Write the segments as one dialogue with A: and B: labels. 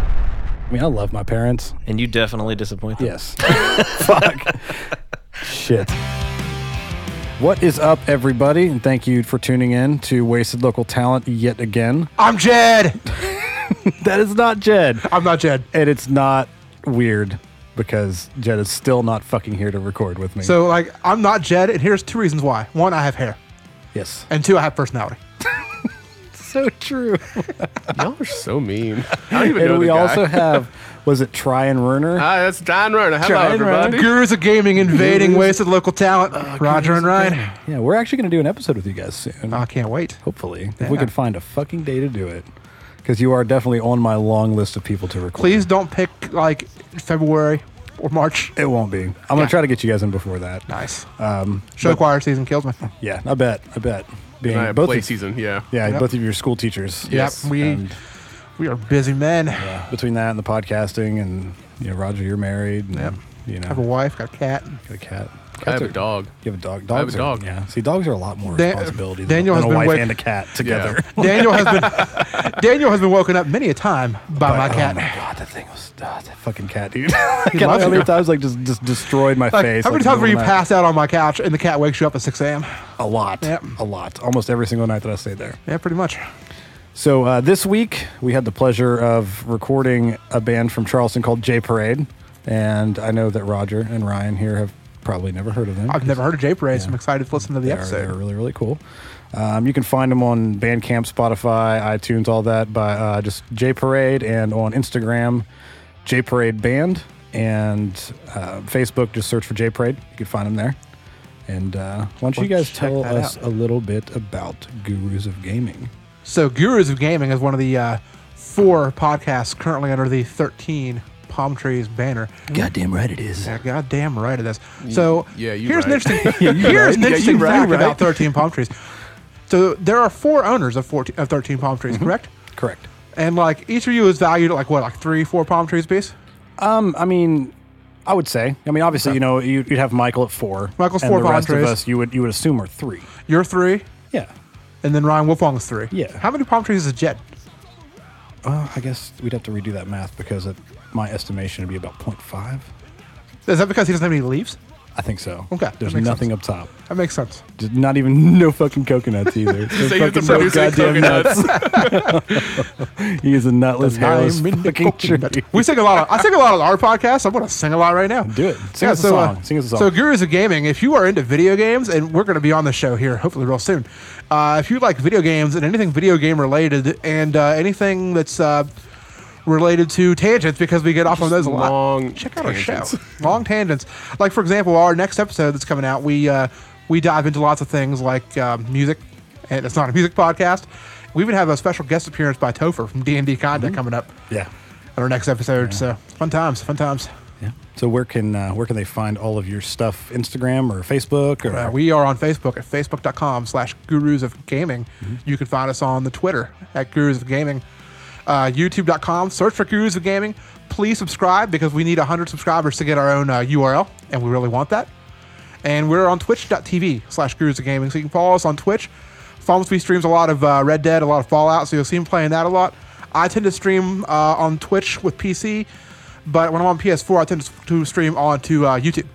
A: I mean, I love my parents.
B: And you definitely disappoint them.
A: Yes. Fuck. Shit. What is up, everybody? And thank you for tuning in to Wasted Local Talent yet again.
C: I'm Jed.
A: That is not Jed.
C: I'm not Jed.
A: And it's not weird because Jed is still not fucking here to record with me.
C: So like I'm not Jed, and here's two reasons why. One, I have hair,
A: yes.
C: and two, I have personality.
A: So true.
D: Y'all are so mean. I don't even know
A: And we
D: the guy. Ah,
A: also have, was it Tryon Werner?
D: Hi, that's John Runner. Hello,
A: John Runner.
D: everybody.
C: Gurus of gaming invading wasted local talent.
A: Oh,
C: Roger and Ryan. Oh,
A: Yeah, we're actually going to do an episode with you guys soon.
C: I can't wait.
A: Hopefully, if we could find a fucking day to do it, because you are definitely on my long list of people to record.
C: Please don't pick like February or March.
A: it won't be. I'm gonna
C: Yeah.
A: try to get you guys in before that.
C: Nice. Um, Show choir season kills me.
A: Yeah, I bet. I bet. Being
D: Right,
A: both
D: play
A: of,
D: season, yeah.
A: yeah,
C: Yep.
A: both of your school teachers.
D: Yes.
C: Yep. We
A: And-
C: we are busy men.
A: Between that and the podcasting, and you know, Roger, you're married. And,
C: Yep.
A: You know,
C: I have a wife, got a cat.
A: got a cat.
D: I have
A: Cats
D: a
A: are-
D: dog.
A: You have a dog. Dogs
D: I have a
A: are-
D: dog.
A: yeah. See, dogs are a lot more
C: Dan-
A: responsibility than,
C: Daniel
A: than
C: has
A: a
C: been
A: wife
C: wait-
A: and a cat together.
C: Daniel has been Daniel has been woken up many a time by my
A: Oh
C: cat.
A: my god, that thing was ah, that fucking cat, dude. Like,
C: He
A: how
C: loves
A: many
C: you.
A: times like just, just destroyed my
C: Like,
A: face?
C: how many
A: like,
C: times were you
A: middle of the night?
C: passed out on my couch and the cat wakes you up at 6 a.m.?
A: A lot.
C: Yep.
A: A lot. Almost every single night that I stayed there.
C: Yeah, pretty much.
A: So uh, this week we had the pleasure of recording a band from Charleston called J Parade, and I know that Roger and Ryan here have probably never heard of them.
C: I've never heard of J Parade, so I'm excited to listen to the
A: They are,
C: episode.
A: they're really really cool. Um, you can find them on Bandcamp, Spotify, iTunes, all that by uh, just J Parade, and on Instagram, J Parade Band, and uh, Facebook. Just search for J Parade. You can find them there. And uh, why don't you
C: Well,
A: guys
C: check
A: tell
C: that
A: us
C: out.
A: a little bit about Gurus of Gaming?
C: So, Gurus of Gaming is one of the uh, four podcasts currently under the 13 Palm Trees banner.
A: Goddamn right it is.
C: Yeah, God damn right it is. So,
D: yeah, you
C: here's
D: right.
C: an interesting, here's an
D: Yeah, you
C: interesting
D: right,
C: fact
D: you
C: about
D: right.
C: 13 Palm Trees. So, there are four owners of, 14, of 13 Palm Trees, correct?
A: Mm-hmm. Correct.
C: And, like, each of you is valued at, like, what, like three, four palm trees a piece?
A: Um, I mean, I would say. I mean, obviously, you know, you- you'd have Michael at four.
C: Michael's
A: and
C: four
A: The rest of
C: Padres.
A: us, you would you would assume are three.
C: You're three,
A: Yeah.
C: and then Ryan Wolfong is three.
A: Yeah.
C: How many palm trees is Jed?
A: Uh, I guess we'd have to redo that math because it, my estimation would be about 0.5.
C: Is that because he doesn't have any leaves?
A: I think so.
C: Okay, that
A: There's
C: makes
A: nothing up top.
C: That makes sense.
A: Just not even no fucking coconuts either. There's
D: Say you have to
A: fucking no
D: produce any
A: goddamn
D: coconuts.
A: nuts. he is a nutless, hairless
C: I'm in the
A: fucking tree.
C: coconut. We sing a lot. Of, I sing a lot on our podcast. I'm gonna sing a lot right now.
A: Do it. Sing us a
C: uh,
A: song. Sing us a song.
C: So, Gurus of Gaming. If you are into video games, and we're gonna be on the show here hopefully real soon. Uh, if you like video games and anything video game related, and uh, anything that's uh, related to tangents, because we get off on those a lot.
D: long
C: Check out our
D: tangents.
C: show. Long tangents. Like for example, our next episode that's coming out, we uh, we dive into lots of things like uh, music, and it's not a music podcast. We even have a special guest appearance by Topher from D and D Conda
A: Mm-hmm.
C: coming up
A: Yeah.
C: on our next episode. So uh, fun times, fun times.
A: Yeah. So where can uh, where can they find all of your stuff? Instagram or Facebook or
C: Uh, we are on Facebook at facebook.com slash gurus of gaming. You can find us on the Twitter at gurus of gaming, uh, youtube.com, search for gurus of gaming. Please subscribe because we need 100 subscribers to get our own uh, URL, and we really want that. And we're on twitch.tv slash gurus of gaming. So you can follow us on Twitch. Fallen Sweet streams a lot of uh, Red Dead, a lot of Fallout, so you'll see him playing that a lot. I tend to stream uh, on Twitch with PC, but when I'm on PS4, I tend to stream onto uh, YouTube.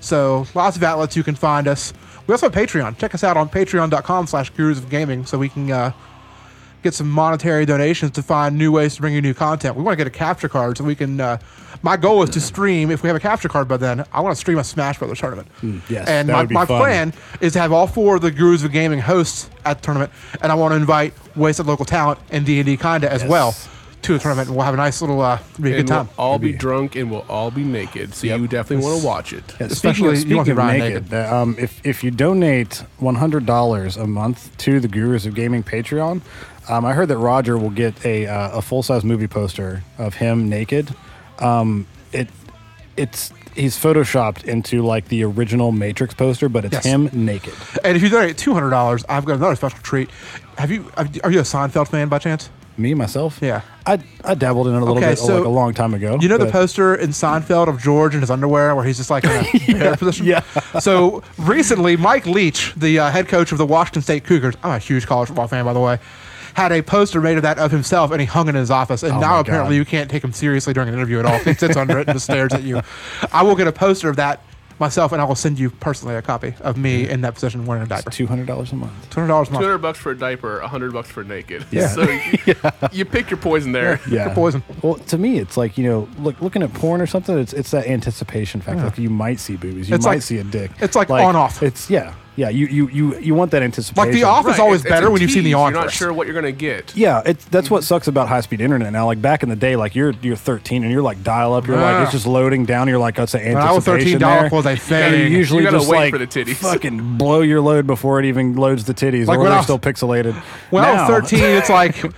C: So lots of outlets you can find us. We also have Patreon. Check us out on patreon.com slash gurus of gaming so we can uh, get some monetary donations to find new ways to bring you new content. We want to get a capture card so we can. Uh, my goal is to stream. If we have a capture card by then, I want to stream a Smash Brothers tournament.
A: Mm, yes,
C: and
A: that
C: my,
A: would be
C: my
A: fun.
C: plan is to have all four of the Gurus of Gaming hosts at the tournament, and I want to invite wasted local talent and D and D kinda as
A: Yes.
C: well to the tournament. And we'll have a nice little uh, be a good
D: And
C: time.
D: we'll all be drunk and we'll all be naked. So you definitely want to watch it.
A: Yeah,
C: Especially- you
A: speaking
C: don't
A: of,
C: have to
A: speaking
C: ride
A: of naked, uh, um, if if you donate one hundred dollars a month to the Gurus of Gaming Patreon, um, I heard that Roger will get a uh, a full size movie poster of him naked. Um, it it's he's photoshopped into like the original Matrix poster, but it's
C: Yes.
A: him naked.
C: And if you donate two hundred dollars, I've got another special treat. Have you? Are you a Seinfeld fan by chance?
A: Me myself,
C: Yeah.
A: I I dabbled in it a little
C: Okay,
A: bit uh,
C: so-
A: like a long time ago.
C: You know the
A: but-
C: poster in Seinfeld of George in his underwear where he's just like in a hair position?
A: yeah.
C: so recently, Mike Leach, the uh, head coach of the Washington State Cougars, I'm a huge college football fan, by the way, had a poster made of that of himself and he hung it in his office. And
A: Oh
C: now
A: my
C: apparently
A: God.
C: you can't take him seriously during an interview at all. He sits under it and just stares at you. I will get a poster of that myself and I will send you personally a copy of me in that position wearing a diaper.
A: Two hundred dollars a month.
C: $200 a
D: Two
C: month.
D: hundred bucks for a diaper, hundred bucks for naked.
A: Yeah.
D: So you, you pick your poison there.
A: Yeah,
C: Good poison.
A: Well, to me, it's like you know, look, looking at porn or something. It's it's that anticipation factor. Like you might see boobies, you
C: It's
A: might
C: like-
A: see a dick.
C: it's like on-off.
A: It's yeah, yeah. You you you you want that anticipation.
C: Like The Office always
D: a
C: better when you've seen the
D: tease.
C: on
D: You're not
C: first.
D: sure what you're gonna get.
A: Yeah, it's that's what sucks about high speed internet now. Like back in the day, like you're you're 13 and you're like dial up. You're
C: Yeah.
A: like it's just loading down. You're like that's an
C: When I was thirteen
A: anticipation.
C: dollars
A: there.
C: was a
A: And you
C: thing.
A: usually
D: gotta
A: just
D: wait
A: like
D: for the titties.
A: fucking blow your load before it even loads the titties,
C: Like
A: or
C: when I
A: they're
C: was-
A: still pixelated.
C: When I
A: Now-
C: was 13, it's like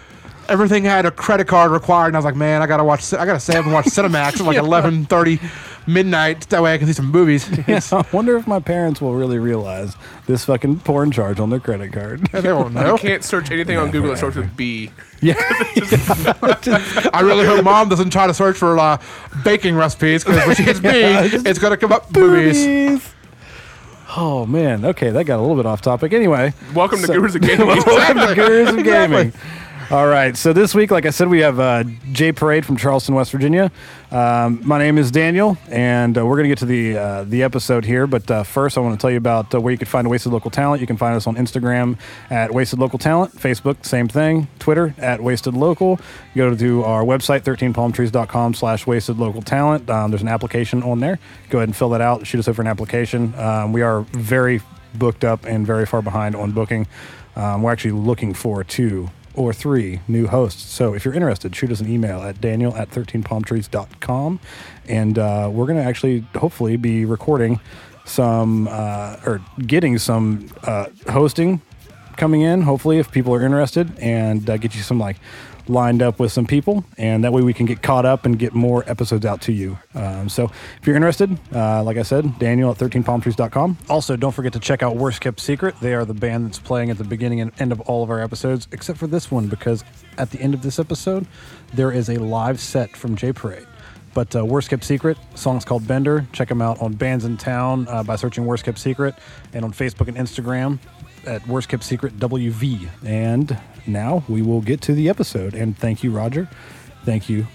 C: everything had a credit card required, and I was like, man, I gotta watch, I gotta stay up and watch Cinemax at like 11:30 midnight. That way I can see some movies. It's-
A: I wonder if my parents will really realize this fucking porn charge on their credit card.
C: They won't
D: You
C: know.
D: can't search anything on Google that starts with B.
C: I really hope mom doesn't try to search for uh, baking recipes because when she hits me, it's gonna come up movies.
A: Boobies. Oh man, okay, that got a little bit off topic. Anyway,
D: Welcome to
A: So-
D: Gurus of Gaming.
A: Welcome to Gurus of
C: Exactly.
A: Gaming. All right, so this week, like I said, we have uh, Jay Parade from Charleston, West Virginia. Um, my name is Daniel, and uh, we're going to get to the uh, the episode here. But uh, first, I want to tell you about uh, where you can find Wasted Local Talent. You can find us on Instagram at Wasted Local Talent, Facebook, same thing, Twitter at Wasted Local. Go to our website, 13palmtrees.com slash Wasted Local Talent. Um, there's an application on there. Go ahead and fill that out. Shoot us over an application. Um, we are very booked up and very far behind on booking. Um, we're actually looking for two or three new hosts. So if you're interested, shoot us an email at daniel at 13palmtrees.com. And uh, we're going to actually hopefully be recording some uh, or getting some uh, hosting coming in, hopefully, if people are interested, and uh, get you some like lined up with some people. And that way we can get caught up and get more episodes out to you. Um, so if you're interested, uh, like I said, Daniel at 13palmtrees.com. Also, don't forget to check out Worst Kept Secret. They are the band that's playing at the beginning and end of all of our episodes, except for this one, because at the end of this episode, there is a live set from J Parade. But uh, Worst Kept Secret, song's called Bender. Check them out on Bands in Town uh, by searching Worst Kept Secret and on Facebook and Instagram at Worst Kept Secret WV. And now we will get to the episode. And thank you, Roger. Thank you.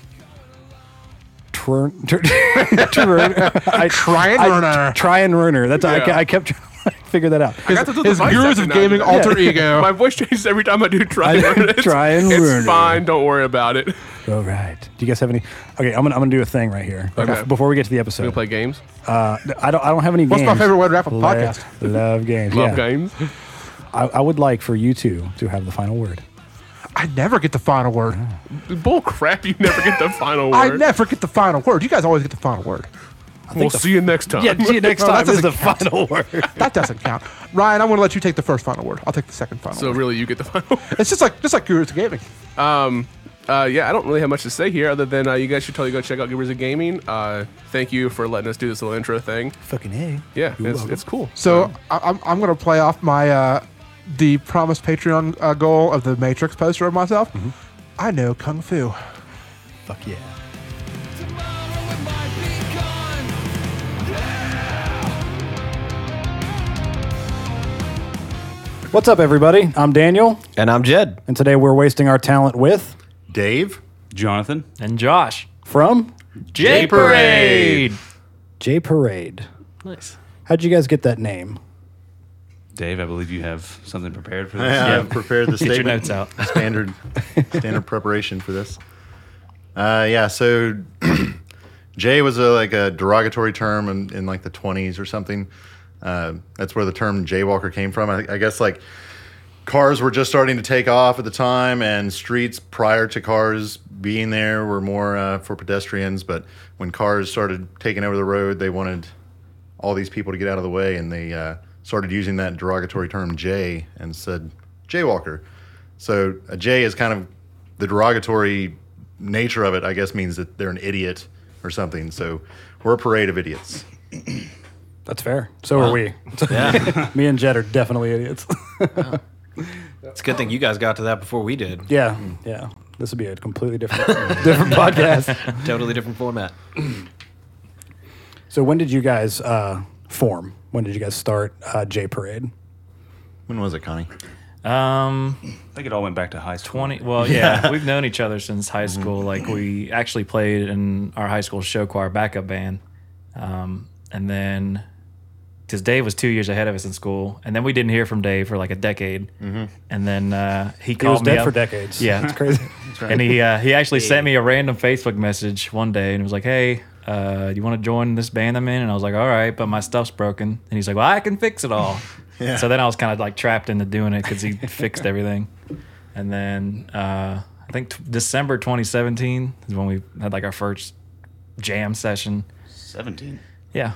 A: Turn, turn, turn, I,
C: Try and
A: I-
C: Runner.
A: Try and Runner. That's I,
D: Yeah.
A: I kept trying to figure that out.
D: I got to do the
C: His
D: voice
C: gurus
D: acting
C: of
D: now, dude.
C: gaming alter ego.
D: My voice changes every time I do try.
A: I
D: and
A: didn't
D: learn it.
A: try and
D: It's
A: learn it.
D: fine. Don't worry about it.
A: All right. Do you guys have any? Okay, I'm gonna I'm gonna do a thing right here.
D: Okay.
A: Before we get to the
D: We
A: episode,
D: play games.
A: uh, I don't I don't have any.
C: What's my
A: games.
C: favorite way to wrap up a
A: Love-
C: podcast?
A: Love games.
D: Love
A: yeah.
D: games.
A: I, I would like for you two to have the final word.
C: I never get the final word.
D: Bull crap. You never get the final word.
C: I never get the final word. You guys always get the final word.
D: We'll see you next time. Oh,
A: next
C: No, that time is
A: the final word.
C: That doesn't count. Ryan, I'm gonna let you take the first final word. I'll take the second final.
D: So
C: word.
D: really, you get the final. word.
C: It's just like just like Gurus of Gaming.
D: Uh, yeah, I don't really have much to say here other than uh, you guys should totally go check out Givers of Gaming. Uh, thank you for letting us do this little intro thing.
A: Fucking a.
D: Yeah, it's, it's cool.
C: So I, I'm, I'm going to play off my uh, the promised Patreon uh, goal of the Matrix poster of myself.
D: Mm-hmm.
C: I know kung fu.
A: Fuck yeah.
E: Tomorrow it might be gone.
A: What's up, everybody? I'm Daniel,
B: And I'm Jed.
A: and today we're wasting our talent with
F: Dave, Jonathan,
G: And Josh.
A: from
G: J Parade.
A: J Parade.
G: Nice.
A: How'd you guys get that name?
F: Dave. I believe you have something prepared for this.
H: Yeah, I've prepared the
G: Get your
H: statement.
G: notes out.
H: Standard, standard preparation for this. Uh, yeah, so J was a, like a derogatory term in, in like the 20s or something. Uh, that's where the term jaywalker came from. I, I guess like cars were just starting to take off at the time, and streets prior to cars being there were more uh, for pedestrians. But when cars started taking over the road, they wanted all these people to get out of the way, and they uh, started using that derogatory term J and said jaywalker. So a J is kind of the derogatory nature of it, I guess, means that they're an idiot or something. So we're a parade of idiots.
A: That's fair. So are we.
B: Yeah.
A: Me and Jed are definitely idiots.
B: it's a good thing you guys got to that before we did.
A: yeah. Yeah. This would be a completely different different podcast.
B: Totally different format.
A: So when did you guys uh, form? When did you guys start uh, J Parade?
H: When was it, Connie?
G: Um,
F: I think it all went back to high school. Mhm.
G: 20 well yeah, we've known each other since high school like we actually played in our high school show choir backup band um, and then because dave was two years ahead of us in school and then we didn't hear from dave for like a decade
F: Mm-hmm.
G: and then uh, he
A: He
G: called
A: was
G: me
A: dead
G: up.
A: for decades.
G: Yeah.
A: it's crazy.
G: and he uh, he actually sent me a random facebook message one day and he was like hey uh, you want to join this band i'm in and i was like all right but my stuff's broken and he's like well i can fix it all
H: Yeah.
G: so then i was kind of like trapped into doing it because he fixed everything and then uh, I think t- December 2017 is when we had like our first jam session.
F: 17.
G: Yeah,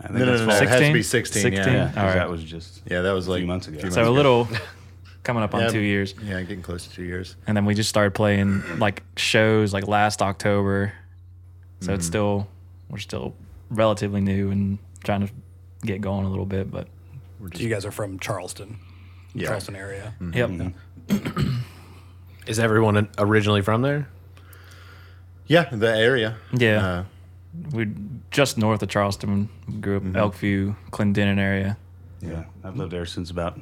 F: I think
H: No, no,
F: that's
H: no, no,
F: false.
H: It has to
G: 16?
H: be 16.
G: 16?
H: Yeah.
F: Yeah, 'cause
G: All right.
F: that was just
H: Yeah, that was
F: a
H: like
F: few months ago.
H: few
G: so a
H: months
G: little coming up on
H: Yeah.
G: two years,
H: Yeah, getting close to two years.
G: and then we just started playing like shows like last October. So
F: Mm.
G: it's still we're still relatively new and trying to get going a little bit, but
A: So you guys are from Charleston,
H: Yeah.
A: Charleston area.
G: yep.
F: Mm.
B: Is everyone originally from there?
H: Yeah, the area.
G: Yeah,
H: Uh,
G: we're just north of Charleston. Grew up in Elkview, Clendenin area.
F: Mm-hmm. Yeah, I've lived there since about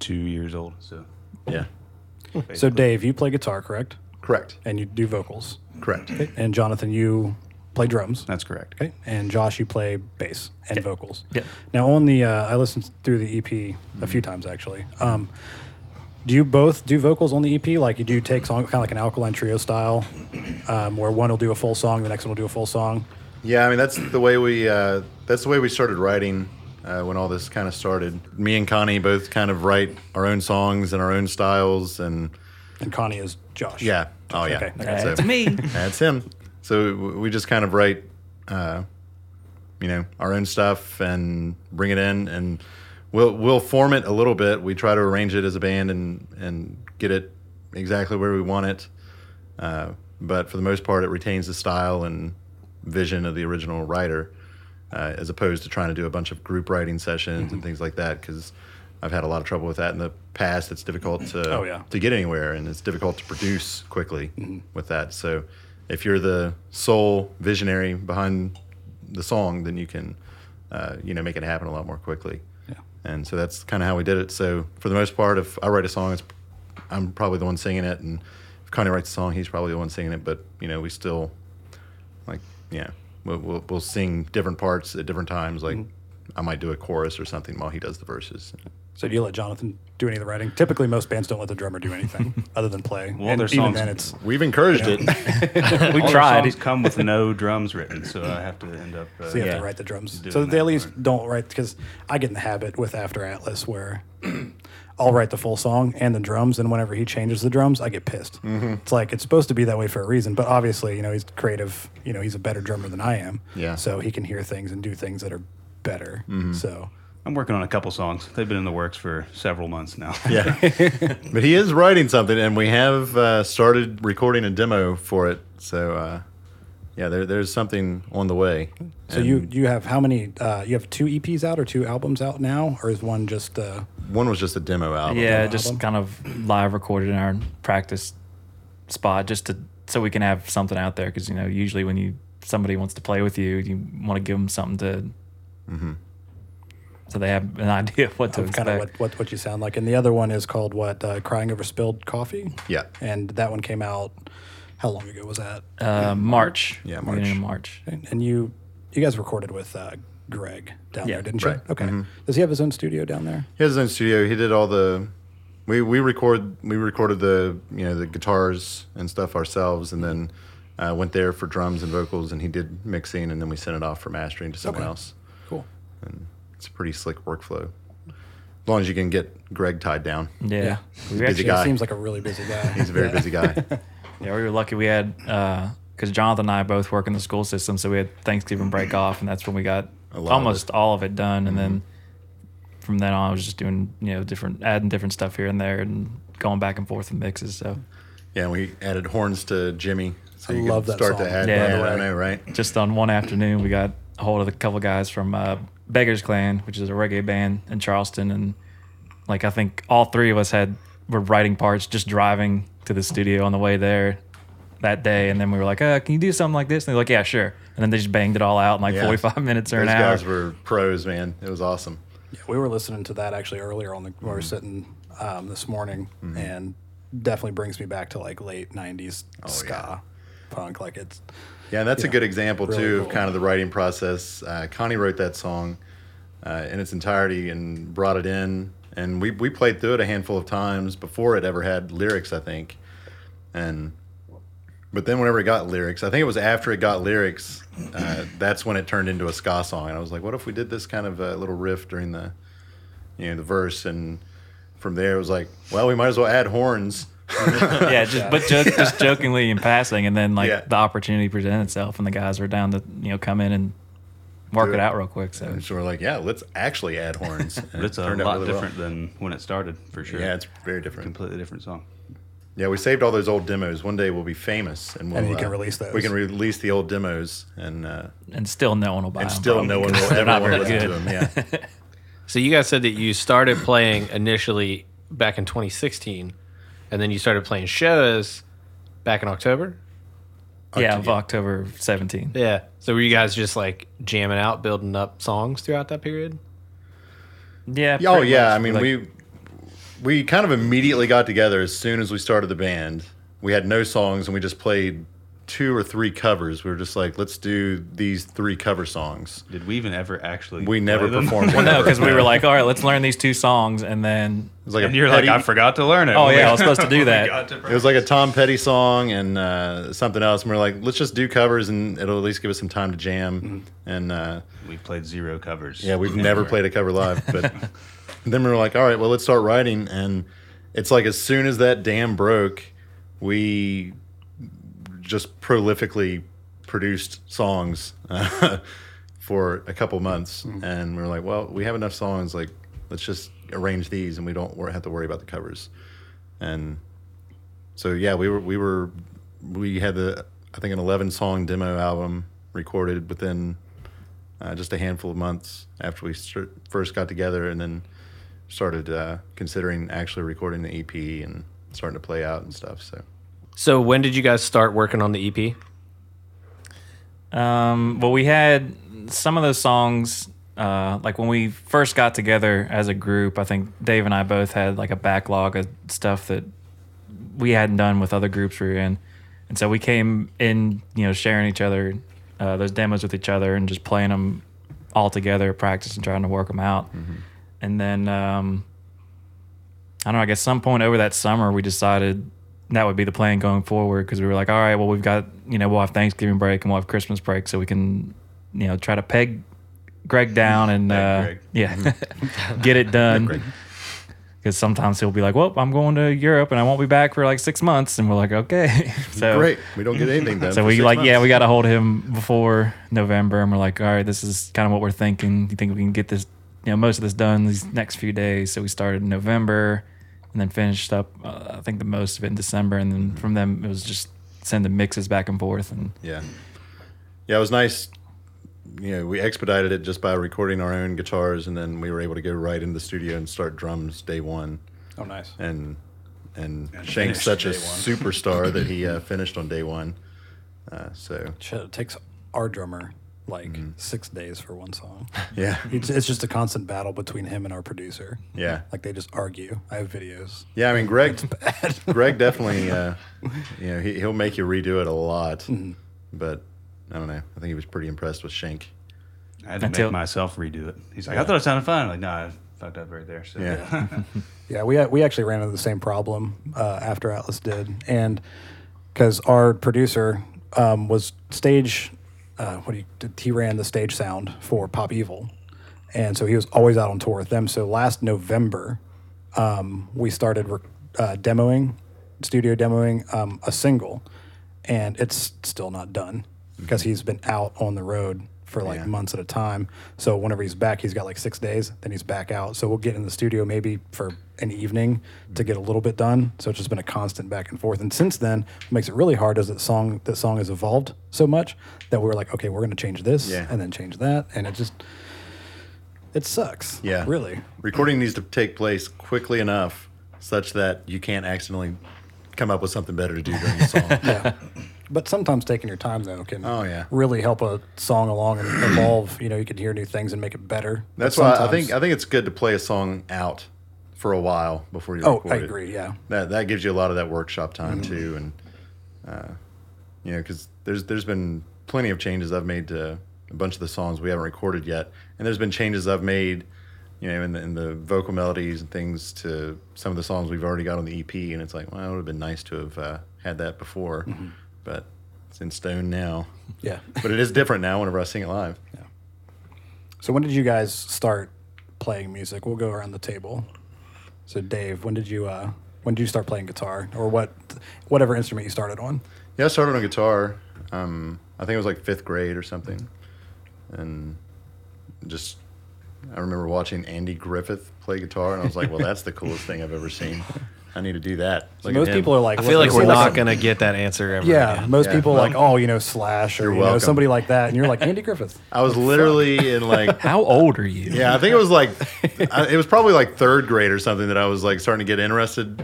F: two years old. So
H: yeah.
A: So Dave, you play guitar, correct?
H: Correct.
A: And you do vocals.
H: Correct.
A: And Jonathan, you play drums.
F: that's correct.
A: Okay. And Josh, you play bass and vocals.
G: Yeah.
A: Now on the, uh, I listened through the EP
F: Mm-hmm.
A: a few times actually. Um, do you both do vocals on the EP? Like you do take song kind of like an alkaline trio style, um, where one will do a full song, the next one will do a full song.
H: Yeah, I mean that's the way we uh, that's the way we started writing uh, when all this kind of started. Me and Connie both kind of write our own songs and our own styles, and
A: And Connie is Josh.
H: yeah, oh yeah,
A: Okay.
H: that's me, that's him. So w- we just kind of write, uh, you know, our own stuff and bring it in, and we'll we'll form it a little bit. We try to arrange it as a band and and get it exactly where we want it, uh, but for the most part, it retains the style and vision of the original writer uh, as opposed to trying to do a bunch of group writing sessions and things like that because I've had a lot of trouble with that in the past. It's difficult to
A: Oh, yeah. Mm-hmm.
H: to get anywhere and it's difficult to produce quickly with that. So if you're the sole visionary behind the song, then you can uh, you know make it happen a lot more quickly. Yeah. And so that's kind of how we did it. So for the most part, if I write a song, it's I'm probably the one singing it, and if Connie writes a song, he's probably the one singing it. But you know, we still like yeah we'll, we'll, we'll sing different parts at different times like
A: Mm-hmm.
H: i might do a chorus or something while he does the verses
A: So do you let Jonathan do any of the writing? Typically, most bands don't let the drummer do anything other than play.
F: Well,
A: and
F: their
A: even
F: songs-
A: then, it's
H: we've encouraged it
F: We
G: tried.
F: Songs come with no drums written, so I have to end up. Uh,
A: So you have
F: yeah.
A: to write the drums.
F: Doing
A: So they
F: that
A: at least
F: part.
A: don't write because I get in the habit with After Atlas where I'll write the full song and the drums, and whenever he changes the drums, I get pissed. It's like it's supposed to be that way for a reason, but obviously, you know, he's creative. You know, he's a better drummer than I am.
H: Yeah.
A: So he can hear things and do things that are better. So
F: I'm working on a couple songs. They've been in the works for several months now.
H: yeah but he is writing something and we have uh, started recording a demo for it so uh, yeah there, there's something on the way
A: so you you have how many? Uh, you have two EPs out or two albums out now, or is one just? Uh,
H: one was just a demo album
G: Yeah,
A: the
G: just
A: album?
G: kind of live recorded in our practice spot, just to so we can have something out there. Because you know, usually when you somebody wants to play with you, you want to give them something to,
H: Mm-hmm.
G: so they have an idea of what to
A: of
G: expect.
A: kind of what, what, what you sound like. And the other one is called what? Uh, Crying Over Spilled Coffee.
H: Yeah.
A: And that one came out. How long ago was that?
G: uh, March.
H: Yeah,
G: beginning of March.
A: And, and you you guys recorded with uh, Greg down
G: Yeah.
A: there, didn't
H: Right. Mm-hmm.
A: you? Okay. Does he have his own studio down there?
H: he has his own studio he did all the we, we record we recorded the you know the guitars and stuff ourselves and then uh, went there for drums and vocals and he did mixing and then we sent it off for mastering to someone else
A: Cool.
H: It's a pretty slick workflow. As long as you can get Greg tied down.
G: Yeah,
A: Yeah.
G: we
H: Busy
G: actually
H: guy.
A: Seems like a really busy guy.
H: He's a very busy guy.
G: yeah we were lucky we had because Jonathan and I both work in the school system, so we had Thanksgiving break
H: Mm-hmm.
G: off, and that's when we got
H: lot of
G: almost all of it done, and then.
H: Mm-hmm.
G: From then on, I was just doing, you know, different, adding different stuff here and there, and going back and forth in mixes. So,
H: Yeah, and we added horns to Jimmy. So
A: I
H: you
A: love
H: can
A: that
H: start
A: song.
H: to add.
G: Yeah.
H: Yeah, I know, right?
G: just on one afternoon, we got a hold of a couple guys from uh, Beggars Clan, which is a reggae band in Charleston, and like I think all three of us had were writing parts just driving to the studio on the way there that day, and then we were like, uh, "Can you do something like this?" And they're like, "Yeah, sure." And then they just banged it all out in like
H: Yeah.
G: forty five minutes or
H: Those
G: an hour.
H: guys were pros, man. It was awesome.
A: Yeah, we were listening to that actually earlier on the we
H: Mm-hmm.
A: were sitting um, this morning, and definitely brings me back to like late '90s ska punk. Like it's
H: Oh, Yeah, and that's a
A: Yeah.
H: good example
A: Really
H: too
A: cool.
H: of kind of the writing process. Uh, Connie wrote that song uh, in its entirety and brought it in, and we we played through it a handful of times before it ever had lyrics, I think. And but then whenever it got lyrics, I think it was after it got lyrics, uh, that's when it turned into a ska song. And I was like, what if we did this kind of uh, little riff during the you know the verse and from there it was like, well, we might as well add horns.
G: yeah, just but jo- just jokingly in passing, and then like
H: Yeah.
G: the opportunity presented itself, and the guys were down to you know come in and work
H: Do
G: it.
H: it.
G: out real quick. So
H: And so we're like, yeah, let's actually add horns. And
F: But it's
H: it
F: a
H: turned out
F: lot
H: really well.
F: different than when it started, for sure.
H: Yeah, it's very different.
F: completely different song.
H: Yeah, we saved all those old demos. One day we'll be famous, and we'll
A: And you can
H: uh,
A: release those.
H: We can release the old demos, and uh,
G: and still no one will buy.
H: and
G: 'em,
H: still
G: probably,
H: no one
G: because
H: will
G: they're
H: ever
G: not
H: want to
G: very
H: listen to
G: good.
H: them. Yeah,
B: So you guys said that you started playing initially back in 2016, and then you started playing shows back in October.
G: Yeah, of October 17.
B: Yeah. So were you guys just like jamming out, building up songs throughout that period?
G: Yeah.
H: oh
G: pretty
H: yeah.
G: much.
H: I mean,
G: Like,
H: we we kind of immediately got together as soon as we started the band. We had no songs, and we just played two or three covers. We were just like, let's do these three cover songs.
F: Did we even ever actually?
H: We never
F: play them?
H: performed.
F: Well,
G: no,
H: whatever.
G: because we were like, all right, let's learn these two songs, and then
H: it was like a
F: and you're like,
H: petty-
F: I forgot to learn it.
G: oh yeah, I was supposed to do that.
H: It was like a Tom Petty song and uh, something else, and we are like, let's just do covers, and it'll at least give us some time to jam. And uh,
F: Mm-hmm. we played zero covers.
H: Yeah, we've never played a cover live, but then we were like, all right, well, let's start writing. And it's like as soon as that dam broke, we just prolifically produced songs uh, for a couple months.
F: Mm-hmm.
H: And we were like, well, we have enough songs. Like, let's just arrange these and we don't wor- have to worry about the covers. And so, yeah, we were, we were, we had the, I think, an 11 song demo album recorded within uh, just a handful of months after we start, first got together and then started uh, considering actually recording the EP and starting to play out and stuff. So
B: So when did you guys start working on the E EP?
G: Um, well, we had some of those songs. Uh, like when we first got together as a group, I think Dave and I both had like a backlog of stuff that we hadn't done with other groups we were in, and so we came in, you know, sharing each other uh, those demos with each other and just playing them all together, practicing, trying to work them out, and then um, I don't know. I guess some point over that summer, we decided that would be the plan going forward because we were like, all right, well, we've got, you know, we'll have Thanksgiving break and we'll have Christmas break so we can, you know, try to peg Greg down and, uh,
F: Greg.
G: yeah, get it done. Because sometimes he'll be like, well, I'm going to Europe and I won't be back for like six months. And we're like, okay. so,
H: great, we don't get anything done.
G: So
H: for
G: we
H: six
G: like, yeah,
H: months.
G: we got to hold him before November. And we're like, all right, this is kind of what we're thinking. You think we can get this, you know, most of this done these next few days. So we started in November and then finished up, uh, I think the most of it in December. And then from them, it was just sending mixes back and forth. And
H: yeah, yeah. It was nice. You know, we expedited it just by recording our own guitars, and then we were able to go right into the studio and start drums day one.
A: oh nice.
H: and and, Shank's such a superstar that he uh, finished on day one. Uh, so
A: Shit, it takes our drummer like six days for one song.
H: Mm-hmm. yeah,
A: It's, it's just a constant battle between him and our producer.
H: yeah.
A: Like they just argue. I have videos.
H: Yeah, I mean, Greg, Greg definitely, uh, you know, he, he'll make you redo it a lot. But I don't know. I think he was pretty impressed with Shank.
F: I had to
G: Until-
F: make myself redo it. He's like, I thought it sounded fun. I'm like, no, I fucked up right there. So
H: Yeah.
A: Yeah, we we actually ran into the same problem uh, after Atlas did, and because our producer um, was stage, uh, what he did, he ran the stage sound for Pop Evil, and so he was always out on tour with them. So last November, um, we started rec- uh, demoing, studio demoing um, a single, and it's still not done because
H: Mm-hmm.
A: he's been out on the road for like months at a time. So whenever he's back, he's got like six days, then he's back out. So we'll get in the studio maybe for an evening to
H: Mm-hmm.
A: get a little bit done. So it's just been a constant back and forth. And since then, what makes it really hard is that song that song has evolved so much that we were like, okay, we're gonna change this
H: Yeah.
A: and then change that. And it just it sucks.
H: Yeah.
A: Really.
H: Recording needs to take place quickly enough such that you can't accidentally come up with something better to do during the song.
A: Yeah. But sometimes taking your time though can
H: Oh, yeah.
A: really help a song along and evolve. you know, you can hear new things and make it better. But
H: That's why I
A: sometimes-
H: think I think it's good to play a song out for a while before you.
A: Oh,
H: record
A: I
H: it.
A: agree. Yeah, Mm-hmm.
H: That that gives you a lot of that workshop time too, and uh, you know, because there's there's been plenty of changes I've made to a bunch of the songs we haven't recorded yet, and there's been changes I've made, you know, in the, in the vocal melodies and things to some of the songs we've already got on the EP, and it's like, well, it would have been nice to have uh, had that before, but it's in stone now.
A: Mm-hmm. yeah.
H: But it is different now whenever I sing it live.
A: So when did you guys start playing music? We'll go around the table. So Dave, when did you uh, when did you start playing guitar or what whatever instrument you started on?
H: Yeah, I started on guitar. Um, I think it was like fifth grade or something, and just I remember watching Andy Griffith play guitar, and I was like, "Well, that's the coolest thing I've ever seen. I need to do that." Look at
A: most
H: him.
A: people are like,
B: I feel like
A: "What's
B: we're
A: the-
B: not going to get that answer ever.
A: Yeah,
B: again.
A: most
H: Yeah.
A: people are like, oh, you know, Slash or you know,
H: welcome.
A: somebody like that, and you're like Andy Griffith.
H: I was literally in like,
G: How old are you?
H: yeah, I think it was like, I, it was probably like third grade or something that I was like starting to get interested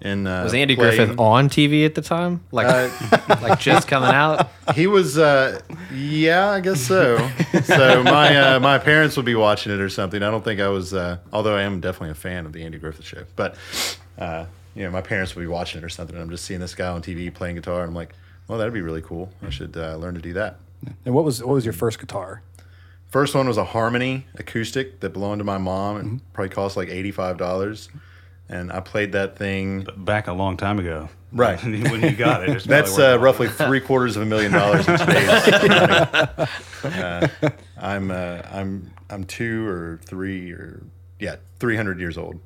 H: in. Uh,
B: Was Andy
H: playing. Uh,
B: Griffith on TV at the time? Like, like just coming out?
H: He was, uh, yeah, I guess so. so my uh, my parents would be watching it or something. I don't think I was, uh, although I am definitely a fan of the Andy Griffith Show. But uh, you know, my parents would be watching it or something. And I'm just seeing this guy on TV playing guitar. And I'm like, well, that'd be really cool. I should uh, learn to do that.
A: And what was what was your first guitar?
H: First one was a Harmony acoustic that belonged to my mom
A: Mm-hmm.
H: and probably cost like eighty five dollars. And I played that thing.
F: Back a long time ago.
H: Right.
F: when you got it. it's probably
H: That's
F: worth
H: uh,
F: a lot.
H: roughly three quarters of a million dollars in today's. money. Uh, I'm uh, I'm I'm two or three or yeah, three hundred years old.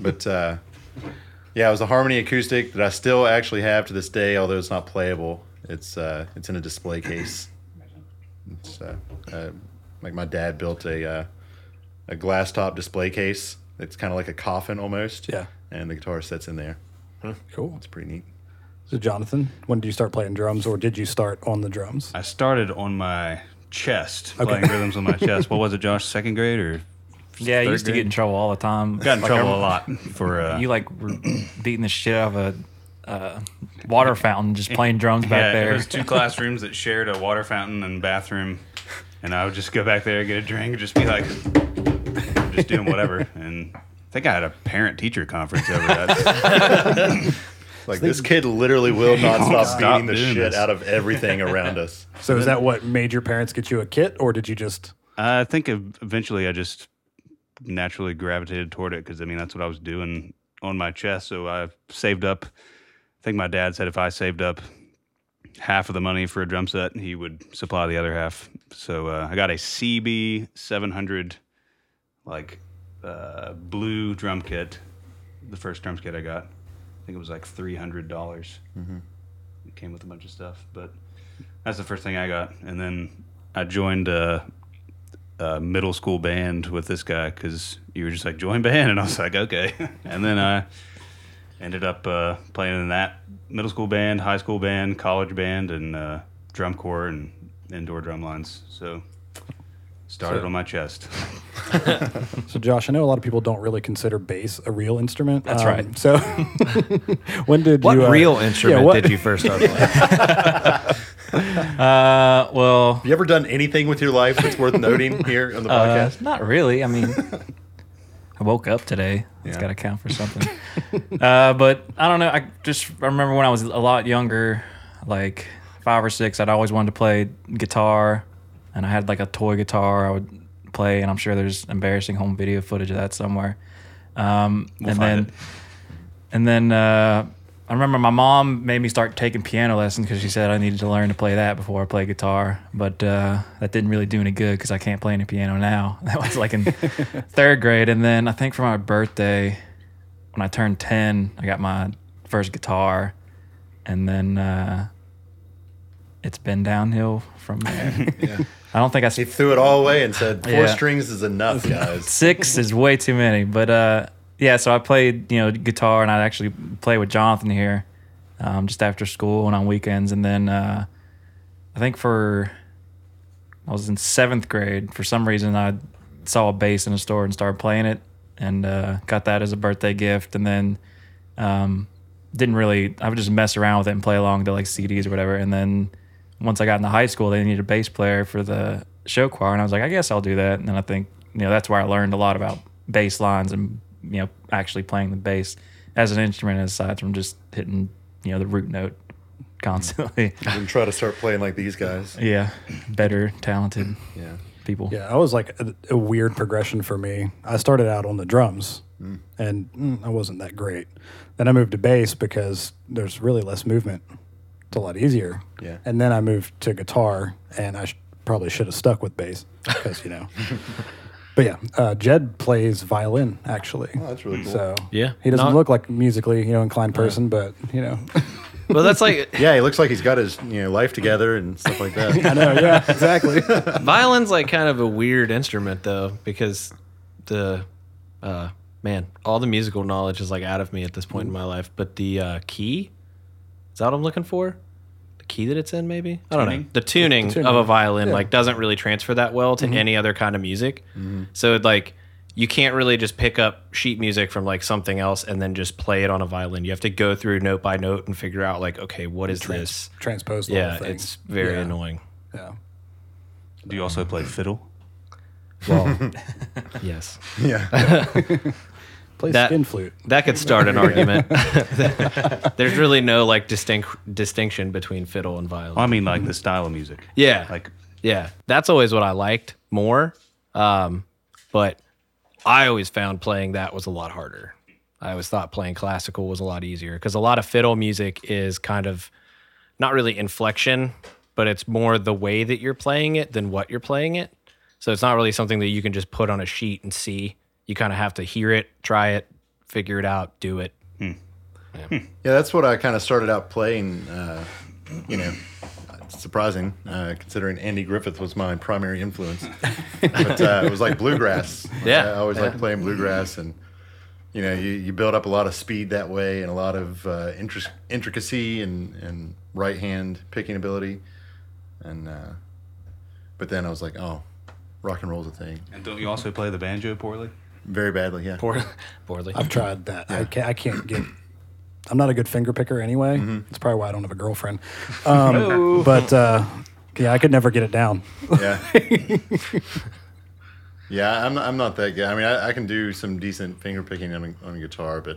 H: but uh, yeah, it was a Harmony acoustic that I still actually have to this day, although it's not playable. It's uh, it's in a display case. It's, uh, uh, like my dad built a uh, a glass top display case. It's kind of like a coffin almost.
A: Yeah.
H: and the guitar sits in there.
A: Cool.
H: It's pretty neat.
A: So Jonathan, when did you start playing drums, or did you start on the drums?
F: I started on my chest, playing rhythms on my chest. What was it, Josh? Second grade or?
G: Yeah, I
F: Third
G: used to
F: grade?
G: get in trouble all the time.
F: Got in
G: Like, I
F: trouble a
G: rem-
F: lot for. Uh,
G: You like were beating the shit out of a uh, water fountain, just playing drums
F: yeah,
G: back
F: there
G: there.
F: was two classrooms that shared a water fountain and bathroom, and I would just go back there get a drink, and just be like, just doing whatever. And I think I had a parent teacher conference over that.
H: Like this kid literally will not stop
F: stop
H: beating the
F: doing
H: shit
F: this.
H: out of everything around us.
A: So is that what made your parents get you a kit, or did you just?
F: I think ev- eventually I just naturally gravitated toward it because I mean that's what I was doing on my chest. So I saved up. I think my dad said if I saved up half of the money for a drum set, he would supply the other half. So uh, I got a CB seven hundred, like uh, blue drum kit. The first drum kit I got, I think it was like three hundred dollars. It came with a bunch of stuff, but that's the first thing I got. And then I joined uh, uh, middle school band with this guy because you were just like join band, and I was like okay, and then I ended up uh, playing in that middle school band, high school band, college band, and uh, drum corps and indoor drum lines. So started on my chest.
A: So Josh, I know a lot of people don't really consider bass a real instrument. That's
G: right.
A: So when did
B: What
A: you? uh,
B: real
A: yeah,
B: instrument
A: what-
B: did you first start playing?
G: Uh, well,
H: You ever done anything with your life that's worth noting here on the
G: uh,
H: podcast?
G: not really. I mean, I woke up today. It's
H: Yeah.
G: got to count for something. uh, but I don't know. I just I remember when I was a lot younger, like five or six, I'd always wanted to play guitar, and I had like a toy guitar I would play, and I'm sure there's embarrassing home video footage of that somewhere. Um, and
F: find
G: then,
F: it.
G: and then uh, I remember my mom made me start taking piano lessons because she said I needed to learn to play that before I play guitar. But uh, that didn't really do any good because I can't play any piano now. That was like in third grade, and then I think for my birthday when I turned 10, I got my first guitar. And then uh, it's been downhill from there. I don't think I.
H: he
G: Sp-
H: threw it all away and said, four
G: Yeah.
H: strings is enough, guys.
G: six is way too many. But uh, yeah, so I played, you know, guitar and I'd actually play with Jonathan here um, just after school and on weekends. And then uh, I think for. I was in seventh grade. For some reason, I saw a bass in a store and started playing it and uh, got that as a birthday gift. And then um, didn't really. I would just mess around with it and play along to like CDs or whatever. And then once I got into high school, they needed a bass player for the show choir, and I was like, I guess I'll do that. And then I think you know that's where I learned a lot about bass lines and you know actually playing the bass as an instrument aside from just hitting you know the root note constantly.
H: and try to start playing like these guys.
G: yeah, better talented
H: Yeah.
G: people.
A: Yeah, I was like a, a weird progression for me. I started out on the drums,
H: Hmm.
A: and mm, I wasn't that great. Then I moved to bass because there's really less movement. It's a lot easier.
H: Yeah.
A: And then I moved to guitar, and I sh- probably should have stuck with bass because you know. but yeah, uh, Jed plays violin actually.
H: Oh, that's really cool.
A: So
B: Hmm. Yeah,
A: he doesn't
B: not-
A: look like musically you know inclined person, but you know.
B: Well, that's like
H: yeah, he looks like he's got his you know life together and stuff like that.
A: I know. Yeah. Exactly.
B: Violin's like kind of a weird instrument though, because the uh, man, all the musical knowledge is like out of me at this point in my life. But the uh, key is that what I'm looking for? The key that it's in, maybe I don't know. The tuning, of a violin like doesn't really transfer that well
A: Mm-hmm.
B: to any other kind of music. So it, like you can't really just pick up sheet music from like something else and then just play it on a violin. You have to go through note by note and figure out like, okay, what is this?
A: Transpose. The
B: Yeah,
A: whole thing.
B: it's very
A: Yeah.
B: annoying.
A: Yeah.
F: Do you also play fiddle?
A: Well,
B: Yes.
H: yeah,
A: play
B: That-
A: skin flute.
B: That could start an argument. There's really no like distinct distinction between fiddle and violin.
F: Well, I mean, like the style of music.
B: yeah,
F: Like,
B: yeah, that's always what I liked more. Um, but I always found playing that was a lot harder. I always thought playing classical was a lot easier because a lot of fiddle music is kind of not really inflection, but it's more the way that you're playing it than what you're playing it. So it's not really something that you can just put on a sheet and see. You kind of have to hear it, try it, figure it out, do it.
F: Hmm.
H: yeah, that's what I kind of started out playing. Uh, you know, it's surprising uh, considering Andy Griffith was my primary influence. but uh, it was like bluegrass. Like,
B: Yeah,
H: I always like playing bluegrass, and you know, you, you build up a lot of speed that way, and a lot of uh, interest, intricacy, and and right hand picking ability, and uh, but then I was like, oh, rock and roll's a thing.
F: and don't you also play the banjo poorly?
H: Very badly, yeah.
B: Poor, poorly.
A: I've tried uh, that. I can't. I can't get. I'm not a good finger picker anyway.
H: Mm-hmm.
A: That's probably why I don't have a girlfriend. Um, but uh, yeah, I could never get it down.
H: Yeah. yeah, I'm not, I'm not that good. I mean, I, I can do some decent finger picking on, on guitar, but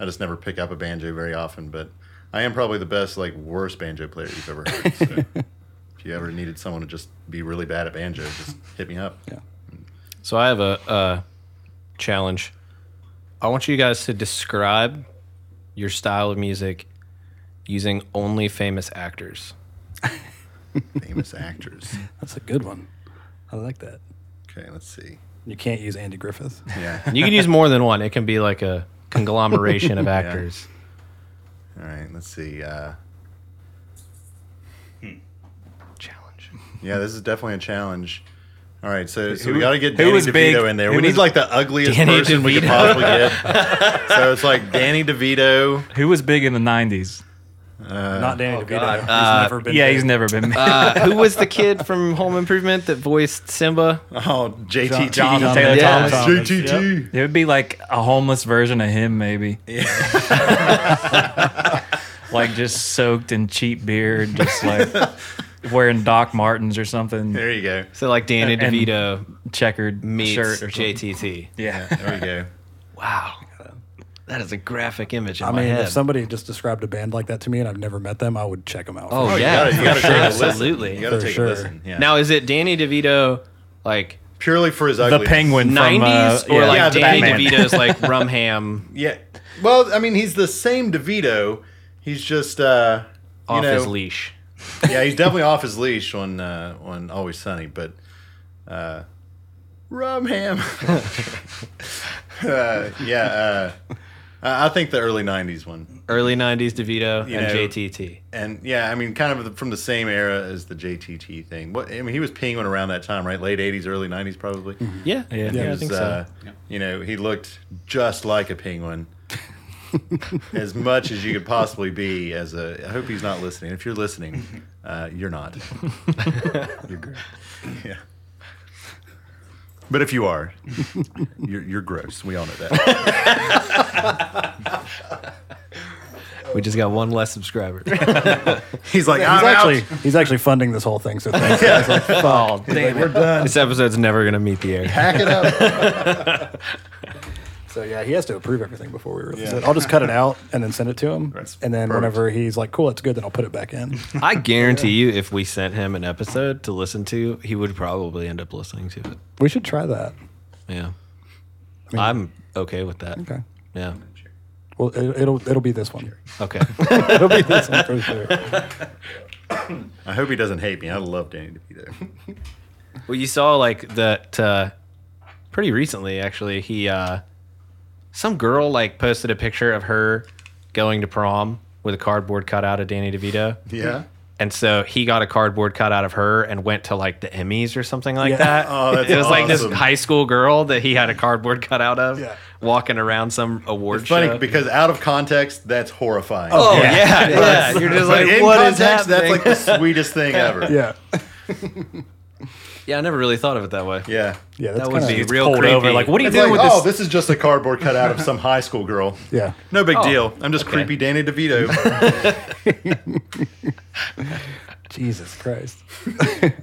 H: I just never pick up a banjo very often. But I am probably the best, like, worst banjo player you've ever heard. So if you ever needed someone to just be really bad at banjo, just hit me up. Yeah.
B: So I have a uh, challenge. I want you guys to describe your style of music using only famous actors.
H: Famous actors.
A: That's a good one. I like that.
H: Okay, let's see.
A: You can't use Andy Griffith.
H: Yeah.
B: And you can use more than one. It can be like a conglomeration of actors.
H: All right, let's see. Uh,
B: Challenge.
H: yeah, this is definitely a challenge. All right, so, so we
F: Who-
H: got to get
F: who
H: Danny
F: was
H: DeVito
F: big?
H: in there.
F: Who
H: we
F: was-
H: need like the ugliest
B: Danny
H: person we could
B: DeVito.
H: possibly get. so it's like Danny DeVito. Uh,
G: Who was big in the '90s?
A: not
H: Oh,
B: Oh,
A: Danny DeVito. he's never been.
G: Yeah,
A: big.
G: he's never been.
B: Uh, who was the kid from Home Improvement that voiced Simba?
H: Oh, JTT.
G: Jonathan Taylor
B: Yeah.
G: Thomas.
H: JTT.
G: It would be like a homeless version of him, maybe. like just soaked in cheap beer, just like wearing Doc Martens or something,
H: There you go.
B: So like Danny
G: And-
B: DeVito
G: checkered
B: meets
G: shirt or something.
B: JTT.
G: Yeah.
H: There we go.
B: Wow. That is a graphic image in
A: I
B: my
A: mean,
B: head.
A: if somebody just described a band like that to me and I've never met them, I would check them out.
B: oh,
H: you
B: yeah.
H: gotta- you gotta
B: for sure,
H: take a listen.
B: absolutely.
H: You gotta
A: For
H: take
A: sure.
H: a listen. Yeah.
B: Now, is it Danny DeVito like
H: purely for his
G: The
H: ugliness.
G: penguin from uh,
B: '90s or
G: yeah.
B: like
H: Yeah, the
B: Danny
H: Batman.
B: DeVito's like Rumham
H: Yeah. Well, I mean, he's the same DeVito. He's just uh, you
B: off
H: know,
B: his leash?
H: yeah, he's definitely off his leash on uh, on Always Sunny, but uh, rum ham. uh, yeah, uh, I I think the early '90s one,
B: Early '90s DeVito
H: You
B: and
H: know,
B: JTT.
H: and yeah, I mean, kind of the, from the same era as the JTT thing. What I mean, he was penguin around that time, right? Late '80s, early '90s, probably.
B: Mm-hmm. Yeah,
G: Yeah.
B: yeah,
H: He
B: I
H: was,
B: think so.
H: uh, You know, he looked just like a penguin, as much as you could possibly be. As a, I hope he's not listening. If you're listening, uh, you're not. you're gross. Yeah. But if you are, you're, you're gross. We all know that.
B: We just got one less subscriber.
H: He's like,
A: He's
H: I'm
A: actually
H: actually.
A: he's actually funding this whole thing. So thanks. guys. Like,
B: oh, damn
H: We're
B: it.
H: done.
B: This episode's never going to meet the air.
H: Pack it up.
A: so yeah, he has to approve everything before we release it. I'll just cut it out and then send it to him. and then whenever he's like, "Cool, it's good," then I'll put it back in.
B: I guarantee you, if we sent him an episode to listen to, he would probably end up listening to it.
A: we should try that.
B: Yeah. I am okay with that.
A: Okay.
B: Yeah.
A: Well, it, it'll it'll be this one.
B: Okay.
A: It'll be this one for sure.
H: I hope he doesn't hate me. I'd love Danny to be there.
B: well, you saw like that uh, pretty recently, actually. He, uh, some girl like posted a picture of her going to prom with a cardboard cutout of Danny DeVito.
H: Yeah.
B: And so he got a cardboard cutout of her and went to like the Emmys or something like
A: Yeah.
B: that.
H: Oh, that's
B: it was like this
H: awesome.
B: high school girl that he had a cardboard cutout of
A: Yeah.
B: walking around some award
H: It's
B: show.
H: funny because out of context, that's horrifying.
B: oh, yeah. yeah, You're just
H: But
B: like,
H: in
B: what is
H: context, that's
B: happening?
H: like the sweetest thing ever.
A: Yeah,
B: yeah, I never really thought of it that way.
H: Yeah.
A: yeah. That's
B: That would
A: kinda,
B: be
G: It's
B: real
G: pulled
B: creepy.
G: over. Like, what are you
H: It's
G: doing
H: like,
G: with
H: oh,
G: this?
H: this is just a cardboard cutout of some high school girl.
A: yeah.
H: No
B: Oh.
H: big deal. I'm just creepy Danny DeVito.
A: Jesus Christ.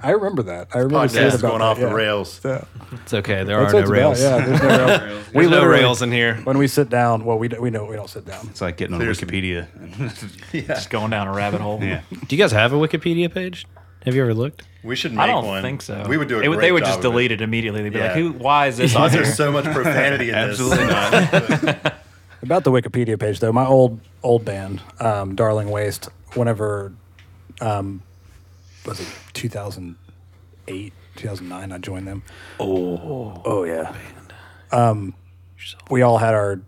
A: I remember that. I remember seeing
H: Podcast
A: about
H: going
A: that,
H: off
A: yeah.
H: the rails.
A: Yeah.
B: It's okay. There
A: That's what
B: are no
A: it's
B: rails.
A: about. Yeah, there's no rails.
B: There's no
A: literally-
B: rails in here.
A: When we sit down, well, we d- we know we don't sit down.
F: It's like getting on Wikipedia.
G: Just going down a rabbit hole.
F: yeah.
B: Do you guys have a Wikipedia page? Have you ever looked?
H: We should make
G: I don't
H: one.
G: think so.
H: We would do a
G: It
H: great
G: They would
H: job
G: just
H: of
G: delete it. immediately. They'd be like,
H: Yeah.
G: "Who? Why is this
H: Oh,
G: on here?"
H: there's so much profanity in
F: Absolutely
H: this. Absolutely not.
A: About the Wikipedia page, though, my old old band, um, Darling Waste, whenever um, was it 2008, 2009, I joined them. Oh, oh yeah. Um, we all had our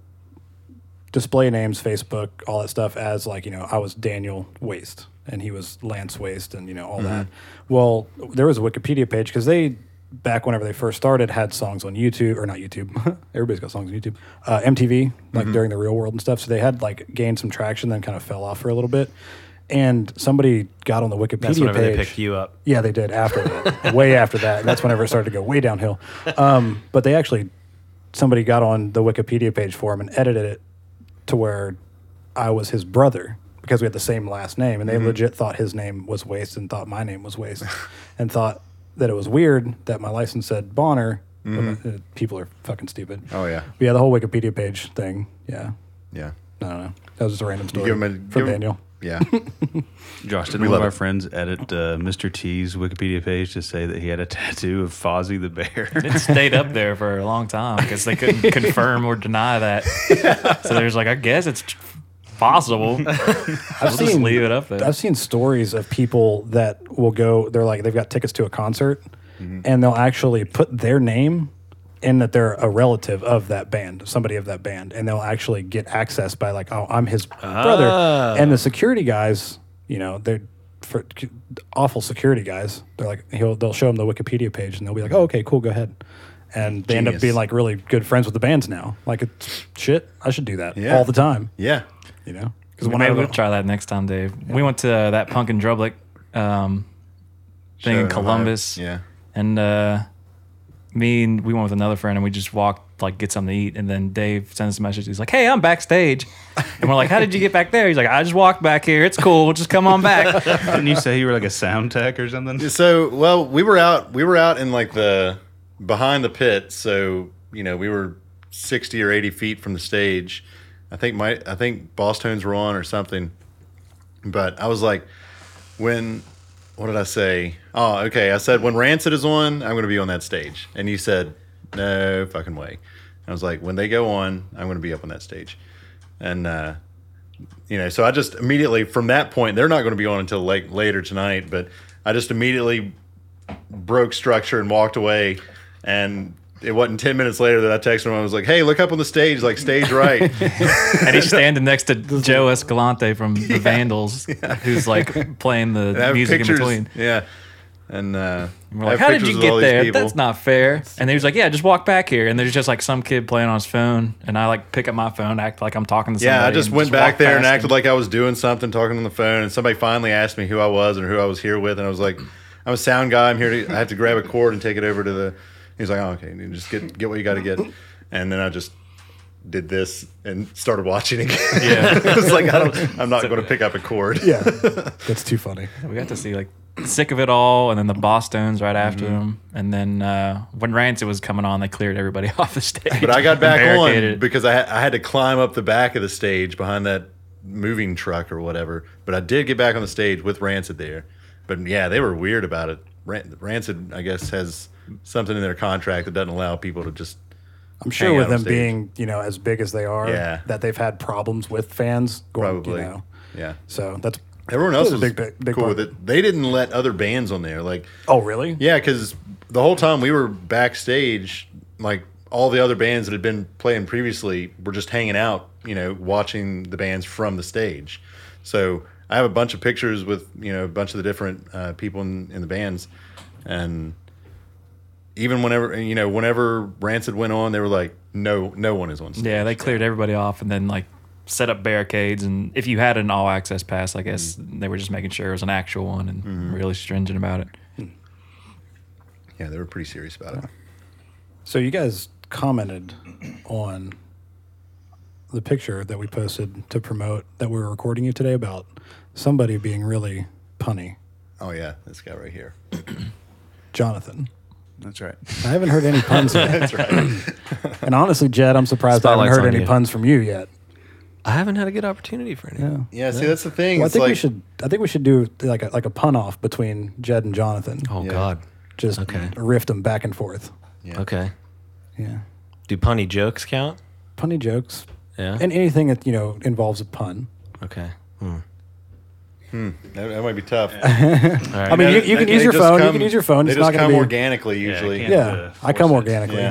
A: display names, Facebook, all that stuff, as like you know, I was Daniel Waste and he was Lance Waste, and you know all that. Well, there was a Wikipedia page because they back whenever they first started had songs on YouTube or not YouTube. Everybody's got songs on YouTube, uh, MTV, like during the Real World and stuff. So they had like gained some traction, then kind of fell off for a little bit. And somebody got on the Wikipedia
B: That's whenever
A: page.
B: they picked you up.
A: Yeah, they did after that, way after that. And that's whenever it started to go way downhill. Um, but they actually, somebody got on the Wikipedia page for him and edited it to where I was his brother because we had the same last name. And they
H: Mm-hmm.
A: legit thought his name was Waste and thought my name was Waste and thought that it was weird that my license said Bonner. but my- uh, People are fucking stupid.
H: Mm-hmm. Oh, yeah.
A: But yeah, the whole Wikipedia page thing. Yeah.
H: Yeah.
A: I don't know. That was just a random story
H: give 'em a-
A: from
H: give 'em-
A: Daniel.
H: Yeah.
F: Josh, did one
H: We
F: of
H: love
F: our
H: it.
F: friends edit uh, Mr. T's Wikipedia page to say that he had a tattoo of Fozzie the Bear?
G: it stayed up there for a long time because they couldn't confirm or deny that. So there's like, I guess it's possible.
A: I've
G: We'll just leave it up there.
A: I've seen stories of people that will go. They're like they've got tickets to a concert,
H: Mm-hmm.
A: and they'll actually put their name in that they're a relative of that band, somebody of that band, and they'll actually get access by like, oh, I'm his
H: Ah.
A: brother, and the security guys, you know, they're. For awful security guys, they're like he'll they'll show them the Wikipedia page and they'll be like, oh, okay, cool, go ahead, and they end up
H: Genius.
A: being like really good friends with the bands now. Like, it's, shit, I should do that
H: Yeah.
A: all the time,
H: Yeah.
A: you know? Because
G: Maybe we'll try that next time, Dave. We went to uh, that Punk and Drublick um, thing
H: Sure,
G: in Columbus.
H: Ohio.
G: And uh, me and we went with another friend and we just walked, like, get something to eat. And then Dave sent us a message. He's like, hey, I'm backstage. And we're like, how did you get back there? He's like, I just walked back here. It's cool. Just come on back.
F: Didn't you say you were like a sound tech or something?
H: Yeah. So, well, we were out. We were out in like the behind the pit. So you know, we were sixty or eighty feet from the stage. I think my I think Boss Tones were on or something. But I was like, when what did I say? Oh, okay. I said when Rancid is on, I'm going to be on that stage. And you said, no fucking way. And I was like, when they go on, I'm going to be up on that stage. And uh, you know, so I just immediately from that point, they're not going to be on until late later tonight. But I just immediately broke structure and walked away. And it wasn't ten minutes later that I texted him. I was like, hey, look up on the stage, like stage right.
G: and he's standing next to Joe Escalante from the Vandals, who's like playing
H: And I
G: the
H: have
G: music
H: pictures.
G: in between.
H: Yeah. And uh,
G: And we're
H: I
G: like,
H: have
G: how did
H: pictures
G: you
H: with
G: get
H: all these
G: there?
H: people."
G: That's not fair. And he was like, yeah, just walk back here. And there's just like some kid playing on his phone. And I like pick up my phone, act like I'm talking to somebody.
H: Yeah, I just
G: and
H: went back
G: walk
H: there and
G: past
H: acted
G: him.
H: like I was doing something, talking on the phone, and somebody finally asked me who I was and who I was here with, and I was like, "I'm a sound guy. I'm here to. I have to grab a cord and take it over to the." He's like, "Oh, okay. You just get get what you got to get," and then I just did this and started watching again. Yeah, it's like I don't, I'm not going to pick up a chord.
A: Yeah, that's too funny.
G: We got to see like Sick of It All and then the Boston's right
H: Mm-hmm.
G: after them. And then uh, when Rancid was coming on, they cleared everybody off the stage.
H: But I got
G: and
H: back
G: barricaded
H: on
G: it.
H: because I had, I had to climb up the back of the stage behind that moving truck or whatever. But I did get back on the stage with Rancid there. But yeah, they were weird about it. Ran- Rancid, I guess, has something in their contract that doesn't allow people to just.
A: I'm sure
H: Hang
A: with
H: out on
A: them
H: stage.
A: being you know as big as they are,
H: Yeah.
A: that they've had problems with fans. Going,
H: Probably.
A: You know.
H: Yeah.
A: So that's
H: Everyone else
A: that's
H: was
A: a big, big, big
H: cool
A: part.
H: with it. They didn't let other bands on there. Like,
A: Oh really?
H: Yeah, because the whole time we were backstage, like all the other bands that had been playing previously were just hanging out, you know, watching the bands from the stage. So I have a bunch of pictures with, you know, a bunch of the different uh, people in, in the bands. And even whenever, you know, whenever Rancid went on, they were like, no, no one is on stage.
G: Yeah, they cleared everybody off and then like set up barricades. And if you had an all access pass, I guess
F: Mm-hmm.
G: they were just making sure it was an actual one and really stringent about it.
H: Yeah, they were pretty serious about it.
A: So you guys commented on the picture that we posted to promote that we were recording you today about somebody being really punny,
H: Oh, yeah, this guy right here.
A: Jonathan.
F: That's right.
A: I haven't heard any puns yet. That's right. and honestly, Jed, I'm surprised I
B: Spotlight's
A: haven't heard
B: on
A: any
B: you.
A: puns from you yet.
B: I haven't had a good opportunity for any.
H: Yeah, see, that's the thing.
A: Well, I
H: It's
A: think we
H: like-
A: should. I think we should do like a, like a pun off between Jed and Jonathan.
B: Oh God.
A: Just
B: okay.
A: riff them back and forth.
B: Okay.
A: Yeah,
B: Do punny jokes count?
A: punny jokes
B: Yeah.
A: and anything that you know involves a pun.
B: okay. Hmm.
H: That, that might be tough.
A: I mean, you,
H: They-
A: you can use
H: they
A: your
H: just
A: phone. you
H: come-
A: can use your phone.
H: They
A: It's
H: just
A: not going
H: come
A: to be.
H: organically usually.
F: can't-
A: Yeah,
F: Uh,
A: I come
F: force it.
A: organically.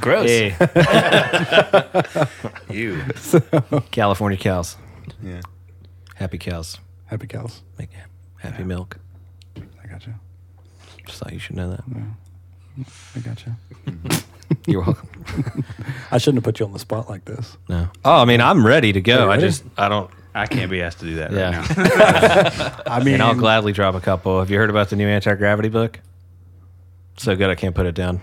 G: Gross.
B: Hey,
H: You.
B: California cows.
H: Yeah.
B: Happy cows
A: Happy cows.
B: make happy milk.
A: I got you.
B: Just thought you should know that.
A: I got you.
B: You're welcome.
A: I shouldn't have put you on the spot like this.
B: No. Oh, I mean, I'm ready to go.
A: you
B: I
A: ready?
B: just, I don't.
F: I can't be asked to do that
B: Yeah.
F: right now.
A: I mean,
B: And I'll gladly drop a couple. Have you heard about the new anti gravity book? So good, I can't put it down.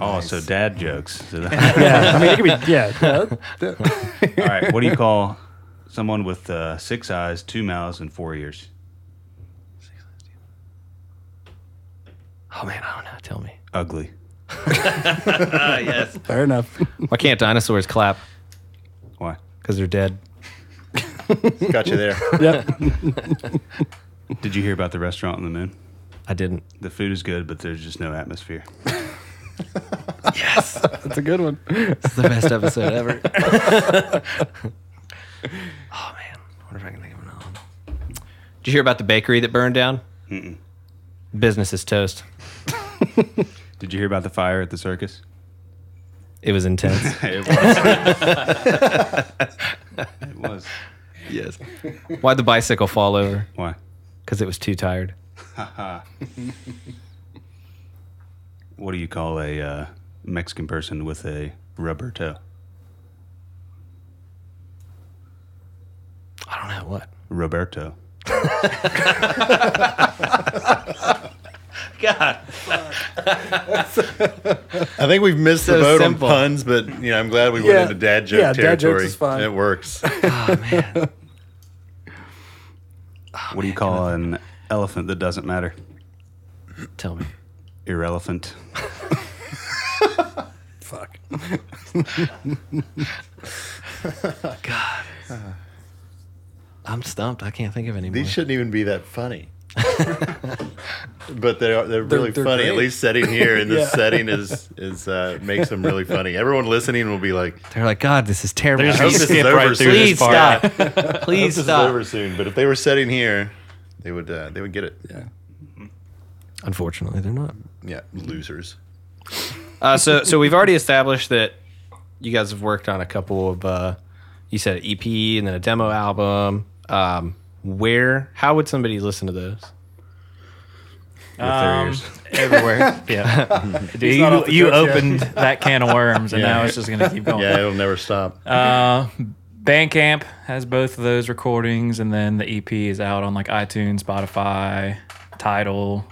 F: Oh, so dad jokes. So that-
A: yeah. I mean, it could be. Yeah.
F: All right, what do you call someone with uh, six eyes, two mouths, and four ears?
B: Oh man, I don't know. Tell me.
F: Ugly.
A: Fair enough.
B: Why can't dinosaurs clap?
F: Why?
B: Because they're dead.
H: Got you there.
A: yep.
F: Did you hear about the restaurant on the moon?
B: I didn't.
F: The food is good, but there's just no atmosphere.
A: That's a good one.
B: It's the best episode ever. oh man, I wonder if I can think of another one. Did you hear about the bakery that burned down? Mm-mm. Business is toast.
F: Did you hear about the fire at the circus?
B: It was intense.
F: it was. it was.
B: yes. Why'd the bicycle fall over?
F: Why?
B: Because it was too tired.
F: What do you call a uh, Mexican person with a rubber toe?
B: I don't know what.
F: Roberto.
B: God.
H: I think we've missed
B: So
H: the boat
B: simple.
H: on puns, but you know, I'm glad we
A: Yeah.
H: went into dad joke
A: Yeah, dad jokes
H: territory.
A: is fine.
H: It works.
B: Oh,
F: what do you call an elephant that doesn't matter?
B: Tell me.
F: Irrelevant.
A: Fuck.
B: I'm stumped. I can't think of any more.
H: These shouldn't even be that funny. but they are they're, really
A: they're
H: funny. At
A: great.
H: least setting here in this
A: Yeah.
H: setting is is uh, makes them really funny. Everyone listening will be like,
B: They're like, God, this is terrible.
G: They're just
H: hope
G: gonna
H: this is
G: skip
H: over
G: right through
B: Please
G: this part.
B: stop. Please
H: "This is over
B: stop.
H: soon." But if they were setting here, they would uh, they would get it.
A: Yeah.
B: Unfortunately, they're not.
H: Yeah, losers.
B: Uh, so, so we've already established that you guys have worked on a couple of, uh, you said an EP and then a demo album. Um, where, how would somebody listen to those?
F: With their
G: Um,
F: ears.
G: everywhere. yeah. Dude,
H: not off
G: you
H: the
G: you
H: hook yet.
G: opened that can of worms, and
H: Yeah.
G: now it's just going to keep going.
H: Yeah, it'll never stop.
G: Uh, Bandcamp has both of those recordings, and then the EP is out on like iTunes, Spotify, Tidal.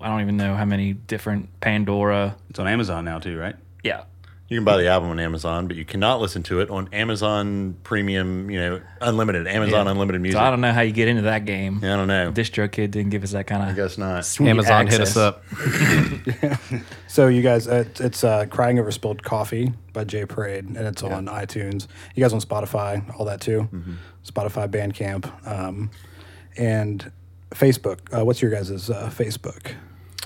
G: I don't even know how many different Pandora.
F: It's on Amazon now too, right?
G: Yeah.
H: You can buy the album on Amazon, but you cannot listen to it on Amazon Premium. You know, unlimited Amazon unlimited music.
G: So I don't know how you get into that game.
H: Yeah, I don't know.
G: Distro Kid didn't give us that kind of.
H: I guess not.
B: Amazon hit us up.
A: So you guys, uh, it's- it's uh, "Crying Over Spilled Coffee" by Jay Parade, and it's on iTunes. You guys on Spotify, all that too.
H: Mm-hmm.
A: Spotify, Bandcamp, um, and Facebook. Uh, what's your guys' uh, Facebook?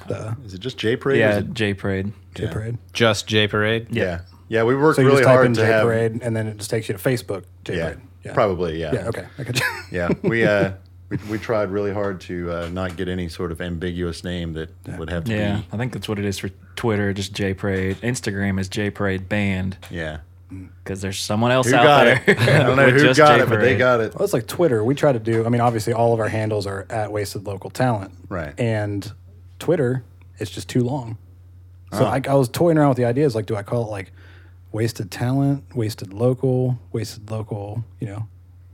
A: The
H: Is it just J Parade?
G: Yeah,
H: Is it-
G: J Parade.
A: Jay Parade.
B: Just J Parade.
H: yeah. yeah. we worked
A: So you
H: really
A: just type
H: hard
A: in
H: to
A: Jay
H: have.
A: Parade, and then it just takes you to Facebook Jay
H: Yeah,
A: Parade.
H: Probably. Yeah.
A: Yeah. Okay. I got you.
H: yeah. We uh, we, we tried really hard to uh, not get any sort of ambiguous name that would have to
G: Yeah, I think that's what it is for Twitter. Just J Parade. Instagram is J Parade Band
H: be. Yeah.
G: because there's someone else
H: Who
G: out
H: got
G: there.
H: it? I don't know
G: with
H: who
G: just
H: got
G: J
H: it, but they
G: Parade.
H: got it.
A: Well, it's like Twitter. We try to do. I mean, obviously, all of our handles are at Wasted Local Talent.
H: Right.
A: And Twitter, it's just too long.
H: Oh.
A: So I, I was toying around with the ideas. Like, do I call it like Wasted Talent, Wasted Local, Wasted Local? You know,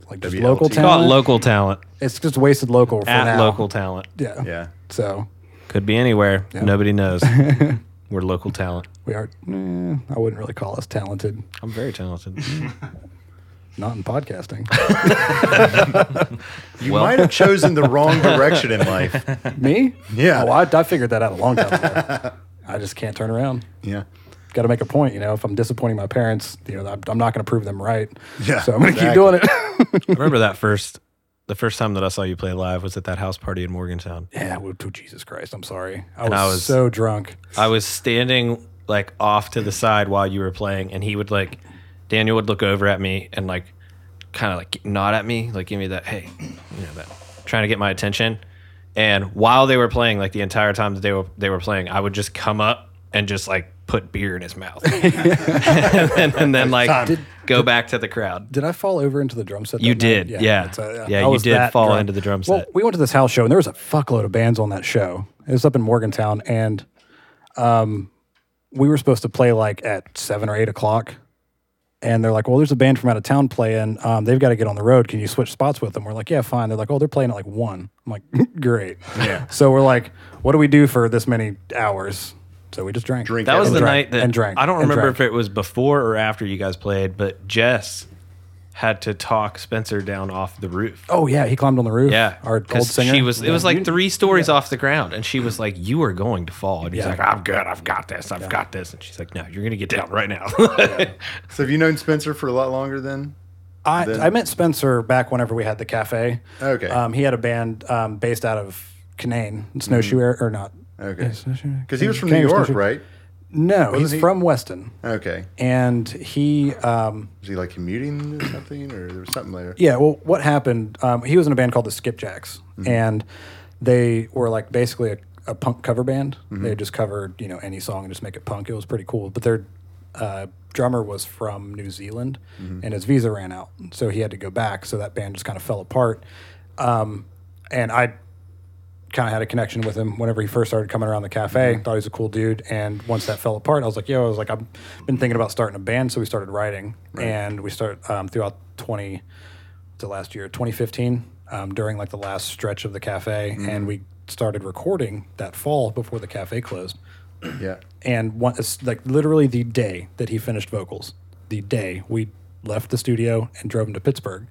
A: like just
H: WLT.
A: local
H: It's
B: Call it
A: talent.
B: local talent.
A: it's just Wasted Local for
B: At
A: now.
B: local talent.
A: Yeah.
H: Yeah.
A: So
B: Could be anywhere. Nobody knows. We're local talent.
A: we are. eh, I wouldn't really call us talented.
B: I'm very talented.
A: Not in podcasting.
H: You might have chosen the wrong direction in life.
A: Me?
H: Yeah.
A: Oh, I, I figured that out a long time ago. I just can't turn around.
H: Yeah.
A: got to make a point. You know, if I'm disappointing my parents, you know, I'm, I'm not going to prove them right.
H: Yeah,
A: So I'm going to
H: exactly.
A: keep doing it.
B: I remember that first, the first time that I saw you play live was at that house party in Morgantown.
A: yeah. Well, to Jesus Christ. I'm sorry. I was,
B: And I was-
A: so drunk.
B: I was standing like off to the side while you were playing, and he would like, Daniel would look over at me and like, kind of like nod at me, like give me that hey, you know that, trying to get my attention. And while they were playing, like the entire time that they were they were playing, I would just come up and just like put beer in his mouth, and then, and then like go back to the crowd.
A: Did I fall over into the drum set? that
B: You
A: night?
B: did, yeah.
A: it's, uh,
B: Yeah,
A: I
B: you
A: was
B: did
A: that
B: fall into the drum
A: Well,
B: set.
A: we went to this house show and there was a fuckload of bands on that show. It was up in Morgantown and um, we were supposed to play like at seven or eight o'clock. And they're like, well, there's a band from out of town playing. Um, they've got to get on the road. Can you switch spots with them? We're like, yeah, fine. They're like, oh, they're playing at like one. I'm like, great. Yeah. So we're like, what do we do for this many hours? So we just drank.
H: Drink
B: That was
A: And
B: the
A: drank,
B: night that
A: and drank,
B: I don't
A: and
B: remember
A: drank.
B: if it was before or after you guys played, but Jess had to talk Spencer down off the roof.
A: Oh, yeah. He climbed on the roof.
B: Yeah,
A: Our old
B: 'cause
A: singer.
B: She was. It
A: Yeah.
B: was like three stories off the ground, and she was like, "You are going to fall." And he's
A: Yeah.
B: like, "I'm good. I've got this. I've got this." And she's like, "No, you're gonna get down right now."
H: So have you known Spencer for a lot longer than?
A: I,
H: then-
A: I met Spencer back whenever we had the cafe.
H: Okay.
A: Um, he had a band um, based out of Canaan, Snowshoe Air, or not.
H: Mm-hmm. Okay.
A: Snowshoe-
H: Because he was from
A: Canaan
H: New
A: or
H: York,
A: Snowshoe-
H: right?
A: No, he's
H: he?
A: from Weston.
H: Okay.
A: And he, um,
H: Was he like commuting or something, or there was something there?
A: yeah, well, what happened? Um, he was in a band called the Skipjacks, and they were like basically a, a punk cover band. They just covered, you know, any song and just make it punk. It was pretty cool. But their uh, drummer was from New Zealand, and his visa ran out, so he had to go back. So that band just kind of fell apart. Um, and I kind of had a connection with him whenever he first started coming around the cafe. Thought he was a cool dude. And once that fell apart, I was like, yo, I was like, I've been thinking about starting a band. So we started writing. And we started um, throughout 20 to last year, 2015, um, during like the last stretch of the cafe. And we started recording that fall before the cafe closed.
H: Yeah.
A: And one, it's like literally the day that he finished vocals, the day we left the studio and drove him to Pittsburgh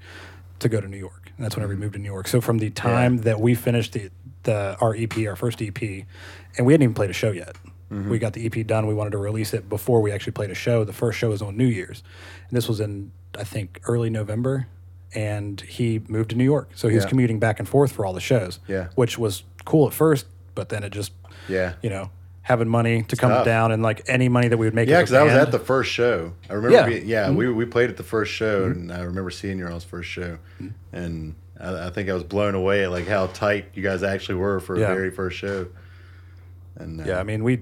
A: to go to New York. And that's whenever we moved to New York. So from the time that we finished the, the our EP, our first EP, and we hadn't even played a show yet.
H: Mm-hmm.
A: We got the EP done. We wanted to release it before we actually played a show. The first show was on New Year's. And this was in, I think, early November. And he moved to New York. So he was
H: Yeah.
A: commuting back and forth for all the shows,
H: Yeah.
A: which was cool at first, but then it just
H: Yeah.
A: you know, having money to come
H: tough.
A: down and like any money that we would make.
H: Yeah,
A: as
H: because
A: a
H: I was
A: band.
H: at the first show. I remember.
A: Yeah. Mm-hmm.
H: Yeah, being, yeah we, we played at the first show, and I remember seeing your all's first show,
A: Mm-hmm.
H: and I, I think I was blown away at like how tight you guys actually were for
A: Yeah.
H: a very first show. And uh,
A: Yeah, I mean, we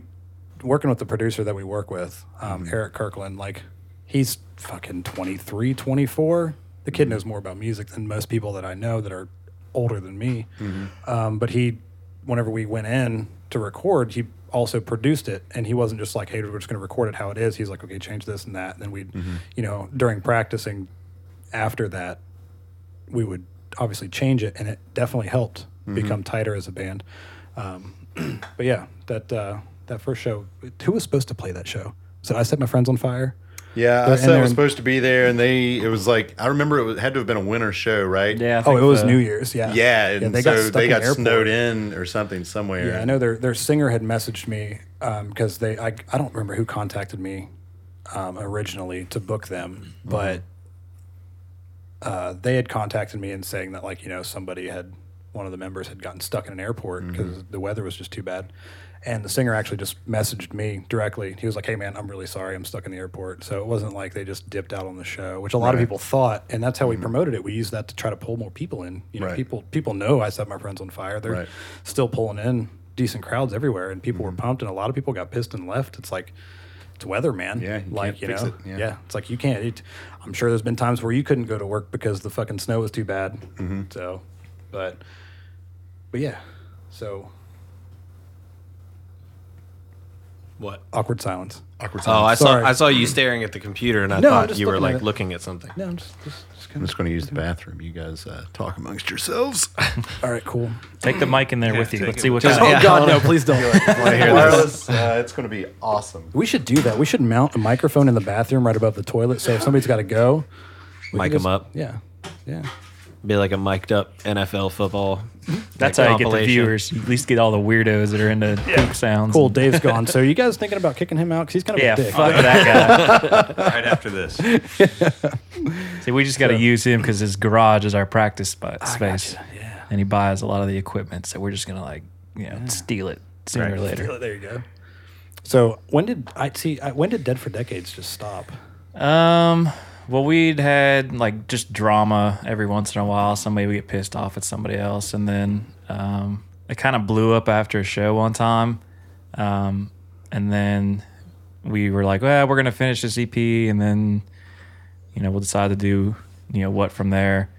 A: working with the producer that we work with, um,
H: Mm-hmm.
A: Eric Kirkland. Like, he's fucking 23, 24. The
H: Mm-hmm.
A: kid knows more about music than most people that I know that are older than me.
H: Mm-hmm.
A: Um, but he, whenever we went in to record, he also produced it, and he wasn't just like, "Hey, we're just going to record it how it is." He's like, "Okay, change this and that." And then we'd,
H: Mm-hmm.
A: you know, during practicing, after that, we would obviously change it, and it definitely helped
H: Mm-hmm.
A: become tighter as a band. Um, but yeah, that uh, that first show. Who was supposed to play that show? So I set my friends on fire.
H: Yeah,
A: They're
H: I
A: in
H: said I
A: there
H: was
A: and-
H: supposed to be there, and they. It was like I remember it was, had to have been a winter show, right?
G: Yeah. I
A: Oh,
G: think
A: it was
G: the-
A: New Year's. Yeah.
H: Yeah, and
A: they
H: so
A: got stuck
H: they
A: in
H: got
A: the airport.
H: snowed in or something somewhere.
A: Yeah, I know their their singer had messaged me because they I, I don't remember who contacted me um, originally to book them,
H: Mm-hmm.
A: but uh, they had contacted me and saying that like you know somebody had one of the members had gotten stuck in an
H: Mm-hmm.
A: airport because the weather was just too bad, and the singer actually just messaged me directly. He was like, "Hey man, I'm really sorry, I'm stuck in the airport." So it wasn't like they just dipped out on the show, which a lot of people thought, and that's how we promoted it. We used that to try to pull more people in. You know,
H: Mm-hmm. Right.
A: people people know I set my friends on fire. They're
H: Right. Mm-hmm.
A: still pulling in decent crowds everywhere, and people were pumped, and a lot of people got pissed and left. It's like it's weather, man.
H: Yeah, you
A: like
H: can't
A: you
H: fix
A: know,
H: it,
A: yeah.
H: yeah.
A: it's like you can't. It, I'm sure there's been times where you couldn't go to work because the fucking snow was too bad.
H: Mm-hmm.
A: So, but but yeah, so
B: What?
A: awkward silence.
H: awkward.
B: Oh, I
H: silence.
A: Sorry.
B: saw I saw you staring at the computer, and I
A: No, I'm
B: thought
A: just
B: you were
A: looking
B: like
A: at it.
B: looking at something.
A: No, I'm just, just, just
H: I'm
A: kind of.
H: just going to use the bathroom. You guys uh, talk amongst yourselves.
A: All right, cool.
G: Take the mic in there with you.
F: take
G: Let's
F: it
G: see what
F: with
G: kind
B: you.
G: of.
B: Yeah.
A: Oh God, no! Please don't.
H: Want to hear this? Uh, it's going to be awesome.
A: we should do that. We should mount a microphone in the bathroom right above the toilet. So if somebody's got to go, we
B: Mic
A: can
B: 'em
A: just-
B: up.
A: Yeah, yeah.
B: Be like a mic'd up NFL football.
G: That's
B: like,
G: how you get the
B: compilation.
G: viewers. You at least get all the weirdos that are into poop sounds.
A: Cool. Dave's gone. So you guys thinking about kicking him out? Because he's kind of
G: Yeah,
A: a dick.
G: fuck that
F: right after this.
G: guy. See, we just got to use him because his garage is our practice spot, space,
A: Yeah.
G: and he buys a lot of the equipment. So we're just gonna like, you know, steal it sooner or later.
A: There you go. So when did I see? I, when did Dead for Decades just stop?
G: Um. Well, we'd had like just drama every once in a while. Somebody would get pissed off at somebody else, and then um, it kind of blew up after a show one time. Um, and then we were like, "Well, we're gonna finish this EP, and then you know we'll decide to do you know what from there."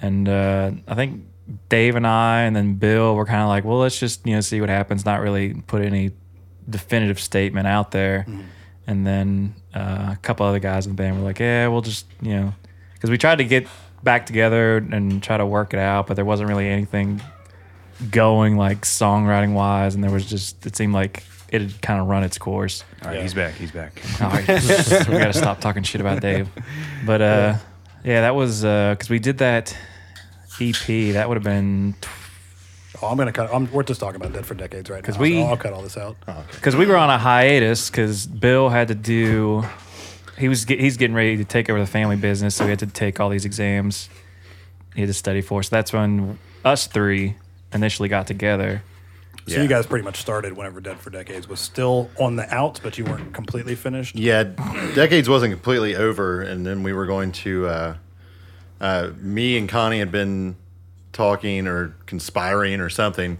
G: And uh, I think Dave and I, and then Bill, were kind of like, "Well, let's just you know see what happens." Not really put any definitive statement out there. And then uh, a couple other guys in the band were like, yeah, we'll just, you know, because we tried to get back together and try to work it out, but there wasn't really anything going like songwriting wise. And there was just, it seemed like it had kind of run its course.
F: All right, he's back. He's back.
G: All right, we got to stop talking shit about Dave. But uh, yeah, that was because we did that EP. That would have been
A: Oh, I'm gonna cut. I'm, we're just talking about Dead for Decades right now. Because
G: we- Oh,
A: I'll, cut all this out.
G: because we were on a hiatus because Bill had to do. He was get, he's getting ready to take over the family business, so he had to take all these exams. He had to study for. So that's when us three initially got together.
A: So you guys pretty much started whenever Dead for Decades was still on the outs, but you weren't completely finished.
H: Yeah, decades wasn't completely over, and then we were going to. Uh, uh, me and Connie had been talking or conspiring or something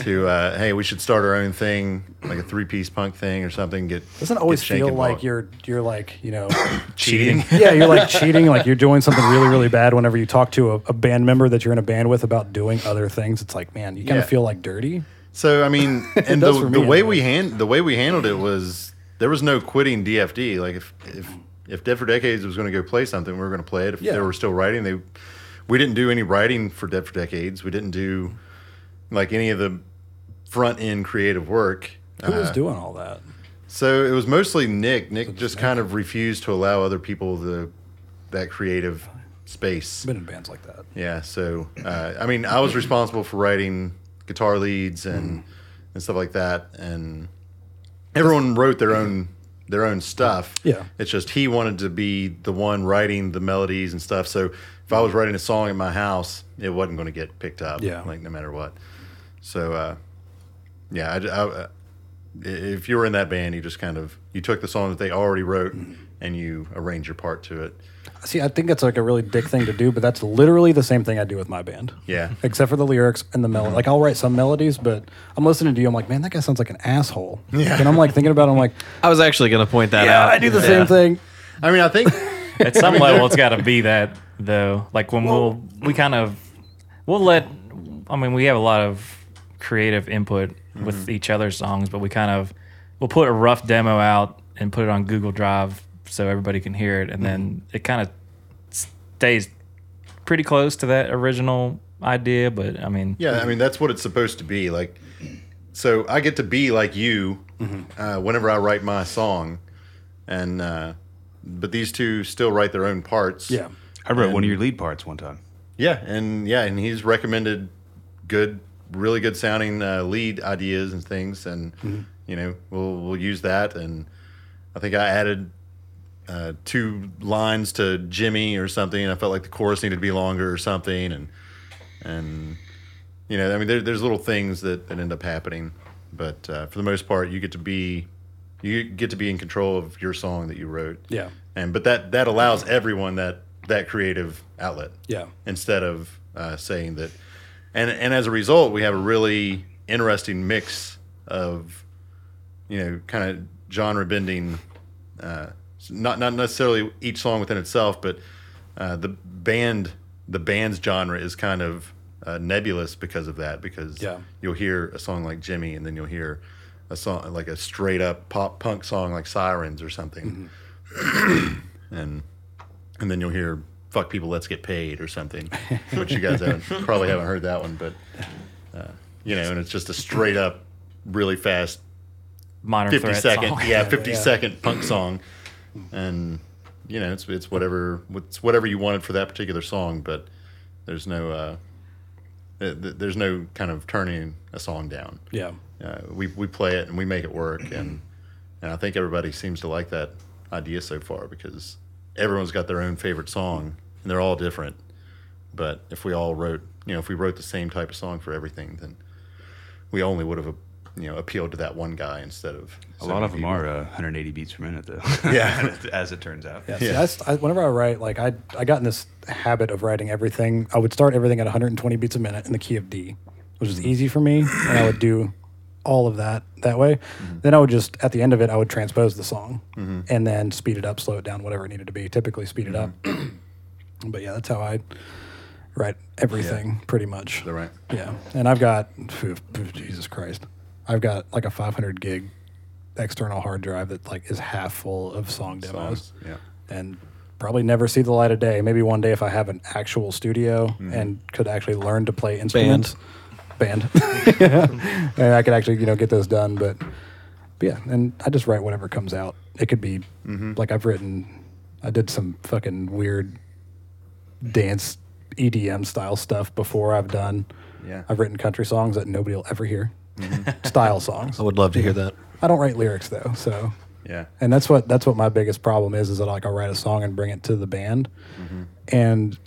H: to, uh, hey, we should start our own thing, like a three-piece punk thing or something. Get
A: Doesn't it always
H: get Shank
A: feel
H: involved.
A: like you're you're like you know.
H: cheating.
A: yeah, you're like cheating. Like you're doing something really really bad. Whenever you talk to a, a band member that you're in a band with about doing other things, it's like man, you kind
H: Yeah.
A: of feel like dirty.
H: So I mean, and the,
A: does for
H: the
A: me
H: way
A: anyway.
H: we hand the way we handled it was there was no quitting DFD. Like if if if Dead for Decades was going to go play something, we were going to play it. If
A: Yeah.
H: they were still writing, they we didn't do any writing for Dead for Decades. We didn't do like any of the front end creative work. Uh,
A: Who was doing all that?
H: So it was mostly Nick. Nick just kind of refused to allow other people the that creative space.
A: Been in bands like that.
H: Yeah. So, uh, I mean, I was responsible for writing guitar leads and
A: Hmm.
H: and stuff like that, and everyone wrote their own their own stuff.
A: Yeah.
H: It's just he wanted to be the one writing the melodies and stuff. So if I was writing a song in my house, it wasn't going to get picked up.
A: Yeah.
H: Like no matter what. So, uh, yeah, I, I, uh, if you were in that band, you just kind of you took the song that they already wrote
A: Hmm.
H: and you arranged your part to it.
A: See, I think that's like a really dick thing to do, but that's literally the same thing I do with my band.
H: Yeah.
A: Except for the lyrics and the melody. Like I'll write some melodies, but I'm listening to you. I'm like, man, that guy sounds like an asshole. Yeah. And I'm like thinking about. it, I'm like,
B: I was actually gonna point that
A: yeah,
B: out.
A: I do the
B: Yeah.
A: same thing.
H: I mean, I think.
G: At some level, it's got to be that though. Like when we'll we kind of we'll let. I mean, we have a lot of creative input
H: Mm-hmm.
G: with each other's songs, but we kind of we'll put a rough demo out and put it on Google Drive so everybody can hear it, and then
H: Mm-hmm.
G: it kind of stays pretty close to that original idea. But I mean,
H: Yeah, I mean that's what it's supposed to be. Like,
F: Mm-hmm.
H: so I get to be like you uh, whenever I write my song, and uh, but these two still write their own parts.
A: Yeah.
F: I wrote one of your lead parts one time.
H: Yeah, and yeah, and he's recommended good, really good sounding uh, lead ideas and things, and you know we'll we'll use that. And I think I added uh, two lines to Jimmy or something, and I felt like the chorus needed to be longer or something, and and you know I mean there, there's little things that, that end up happening, but uh, for the most part you get to be you get to be in control of your song that you wrote.
A: Yeah.
H: and but that that allows everyone that that creative outlet
A: Yeah.
H: instead of uh, saying that. And and as a result, we have a really interesting mix of, you know, kind of genre bending, uh, not not necessarily each song within itself, but uh, the band the band's genre is kind of uh, nebulous because of that. Because
A: Yeah.
H: you'll hear a song like Jimmy, and then you'll hear a song like a straight up pop punk song like Sirens or
A: Mm-hmm.
H: something, and and then you'll hear "fuck people, let's get paid" or something, which you guys haven't, probably haven't heard that one, but uh, you know, and it's just a straight up, really fast
G: Minor
H: fifty
G: threat
H: second,
G: song.
H: yeah, fifty second punk song, and you know, it's it's whatever it's whatever you wanted for that particular song, but there's no uh, th- th- there's no kind of turning a song down.
A: Yeah.
H: Uh, we we play it and we make it work, and and I think everybody seems to like that idea so far because everyone's got their own favorite song and they're all different. But if we all wrote, you know, if we wrote the same type of song for everything, then we only would have, you know, appealed to that one guy instead of
F: A
H: so
F: lot
H: many
F: of them
H: people.
F: are uh, 180 beats per minute, though.
H: Yeah.
F: as it turns out.
A: Yeah, see, that's- I, whenever I write, like I, I got in this habit of writing everything. I would start everything at 120 beats a minute in the key of D, which was easy for me, and I would do all of that that way. Then I would just at the end of it, I would transpose the song and then speed it up, slow it down, whatever it needed to be. Typically, speed it up.
H: Mm-hmm.
A: but yeah, that's how I write everything pretty much.
H: They're right.
A: Yeah, and I've got phew, phew, Jesus Christ, I've got like a 500 gig external hard drive that like is half full of song demos
H: Songs, yeah.
A: and probably never see the light of day. Maybe one day if I have an actual studio
H: Mm-hmm.
A: and could actually learn to play instruments, band, and I could actually you know get those done. But, but yeah, and I just write whatever comes out. It could be
B: Mm-hmm.
A: like I've written. I did some fucking weird dance EDM style stuff before. I've done.
H: Yeah.
A: I've written country songs that nobody will ever hear. style songs.
B: Mm-hmm. I would love to hear that.
A: I don't write lyrics though, so
H: Yeah.
A: and that's what that's what my biggest problem is is that like I'll write a song and bring it to the band
H: Mm-hmm.
A: and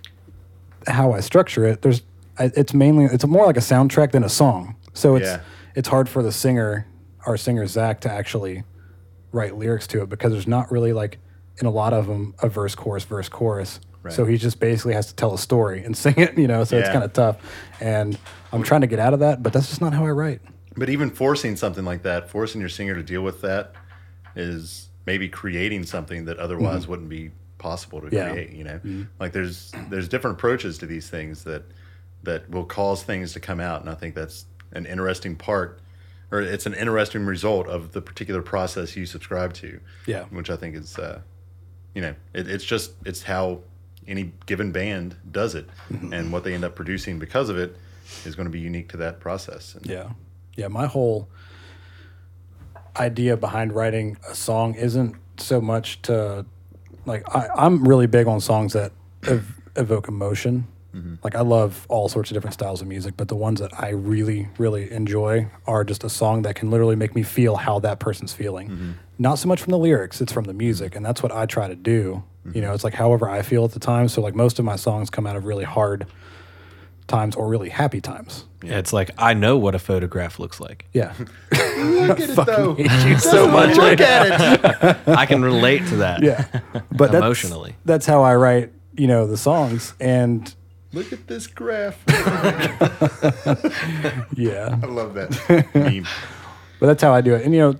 A: how I structure it there's I- it's mainly it's more like a soundtrack than a song so it's
H: Yeah.
A: it's hard for the singer our singer Zach to actually write lyrics to it because there's not really like in a lot of them a verse chorus verse chorus so he just basically has to tell a story and sing it you know so it's
H: Yeah.
A: kind of tough and I'm trying to get out of that but that's just not how I write
H: But even forcing something like that, forcing your singer to deal with that, is maybe creating something that otherwise wouldn't be possible to
A: Mm-hmm. Yeah. Mm-hmm.
H: create. You know, like there's there's different approaches to these things that that will cause things to come out, and I think that's an interesting part, or it's an interesting result of the particular process you subscribe to.
A: Yeah.
H: which I think is, uh, you know, it, it's just it's how any given band does it,
A: Mm-hmm.
H: and what they end up producing because of it is going to be unique to that process. And,
A: Yeah. Yeah. My whole idea behind writing a song isn't so much to like, I, I'm really big on songs that ev- evoke emotion. Like, I love all sorts of different styles of music, but the ones that I really, really enjoy are just a song that can literally make me feel how that person's
F: Mm.
A: feeling. Not so much from the lyrics, it's from the music. And that's what I try to do. You know, it's like however I feel at the time. So, like, most of my songs come out of really hard times or really happy times.
B: Yeah, it's like I know what a photograph looks like.
A: Yeah.
H: Look at it though.
A: so much.
H: Look at it.
B: I can relate to that.
A: Yeah. But that's,
B: Emotionally.
A: That's how I write, you know, the songs. And
H: Look at this graph.
A: yeah.
H: I love that. Meme.
A: But that's how I do it. And, you know,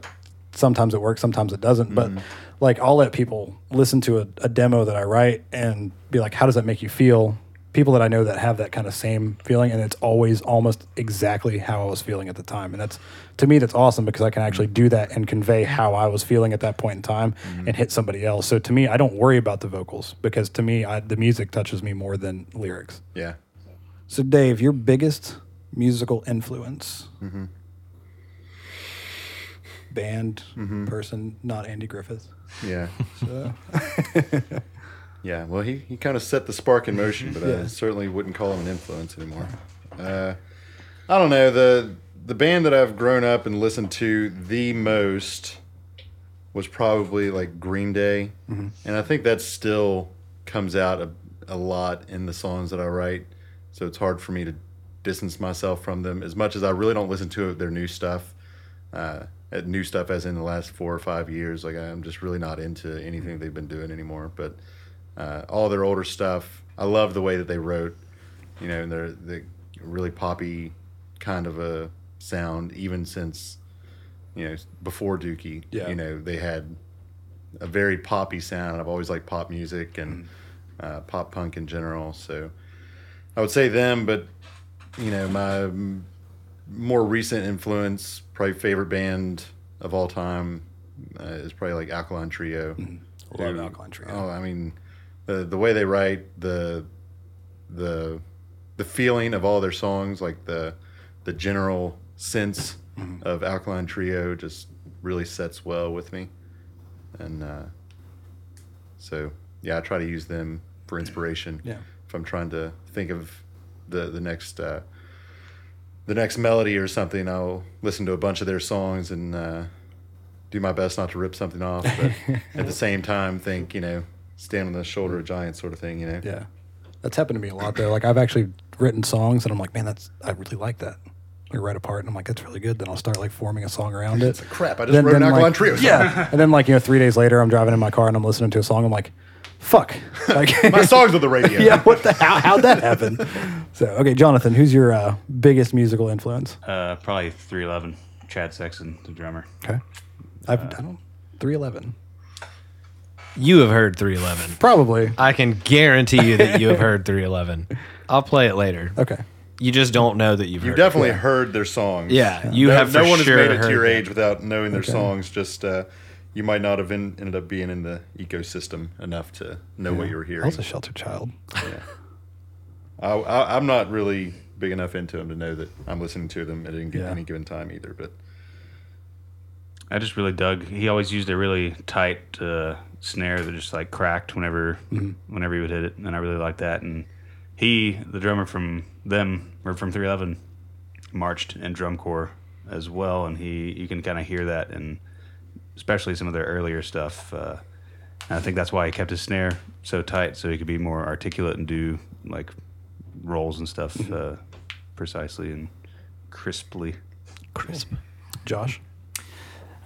A: sometimes it works, sometimes it doesn't. But
H: Mm.
A: like, I'll let people listen to a, a demo that I write and be like, how does that make you feel? People that I know that have that kind of same feeling. And it's always almost exactly how I was feeling at the time. And that's, to me, that's awesome because I can
H: Mm.
A: actually do that and convey how I was feeling at that point in time
H: Mm-hmm.
A: and hit somebody else. So to me, I don't worry about the vocals because to me, I, the music touches me more than lyrics.
H: Yeah.
A: So, Dave, your biggest musical influence?
H: Mm-hmm.
A: Band, person, not Andy Griffith.
H: Mm-hmm. Yeah. yeah. Well, he, he kind of set the spark in motion, but I certainly wouldn't call him an influence anymore. Uh, I don't know the the band that I've grown up and listened to the most was probably like Green Day, and I think that still comes out a, a lot in the songs that I write. So it's hard for me to distance myself from them as much as I really don't listen to their new stuff uh, at new stuff as in the last four or five years. Like I'm just really not into anything they've been doing anymore. But uh, all their older stuff, I love the way that they wrote. You know, and they're the really poppy kind of a sound. Even since you know before Dookie,
I: Yeah.
H: you know they had a very poppy sound. I've always liked pop music and uh, pop punk in general. So I would say them, but you know my mm, more recent influence, probably favorite band of all time, uh, is probably like Alkaline Trio.
A: Mm-hmm. Love
H: Who-
A: Alkaline Trio.
H: Oh, I mean, the the way they write the the the feeling of all their songs, like the the general sense
I: Mm-hmm.
H: of Alkaline Trio, just really sets well with me, and uh, so yeah, I try to use them for inspiration.
I: Yeah.
H: if I'm trying to think of the the next. Uh, the next melody or something, I'll listen to a bunch of their songs and uh, do my best not to rip something off, but at the same time, think you know, stand on the shoulder of giants, sort of thing. You know,
I: Yeah. That's happened to me a lot though. Like I've actually written songs and I'm like, man, that's I really like that. Like right apart, and I'm like, that's really good. Then I'll start like forming a song around it.
H: crap, I just wrote an Alkaline
A: like,
H: Trio.
A: Yeah. and then like, you know, three days later I'm driving in my car and I'm listening to a song, I'm like, fuck. Like
H: my songs on the radio.
A: Yeah, what the how how'd that happen? So okay, Jonathan, who's your uh, biggest musical influence?
F: Uh, probably 311. Chad Sexton, the drummer.
A: Okay. I've, I don't. Three eleven.
B: You have heard 311.
A: Probably.
B: I can guarantee you that you have heard 311. I'll play it later.
A: Okay.
B: You just don't know that you've
H: you
B: heard
H: definitely heard their songs.
B: it. Yeah, you
H: no,
B: have
H: no
B: for
H: one
B: sure
H: has made it to
B: heard
H: your
B: that.
H: age without knowing their songs. Just uh, you might not have in, ended up being in the ecosystem enough to know what you were
I: I
H: hearing.
I: was a sheltered child.
H: I, I, I'm not really big enough into them to know that I'm listening to them at any, any given time either. But
F: I just really dug. He always used a really tight uh, snare that just like cracked whenever whenever he would hit it, and I really liked that. And he, the drummer from them or from 311, marched in drum corps as well, and he you can kind of hear that, and especially some of their earlier stuff. Uh, and I think that's why he kept his snare so tight, so he could be more articulate and do like rolls and stuff uh, precisely and crisply.
A: Crisp. Josh.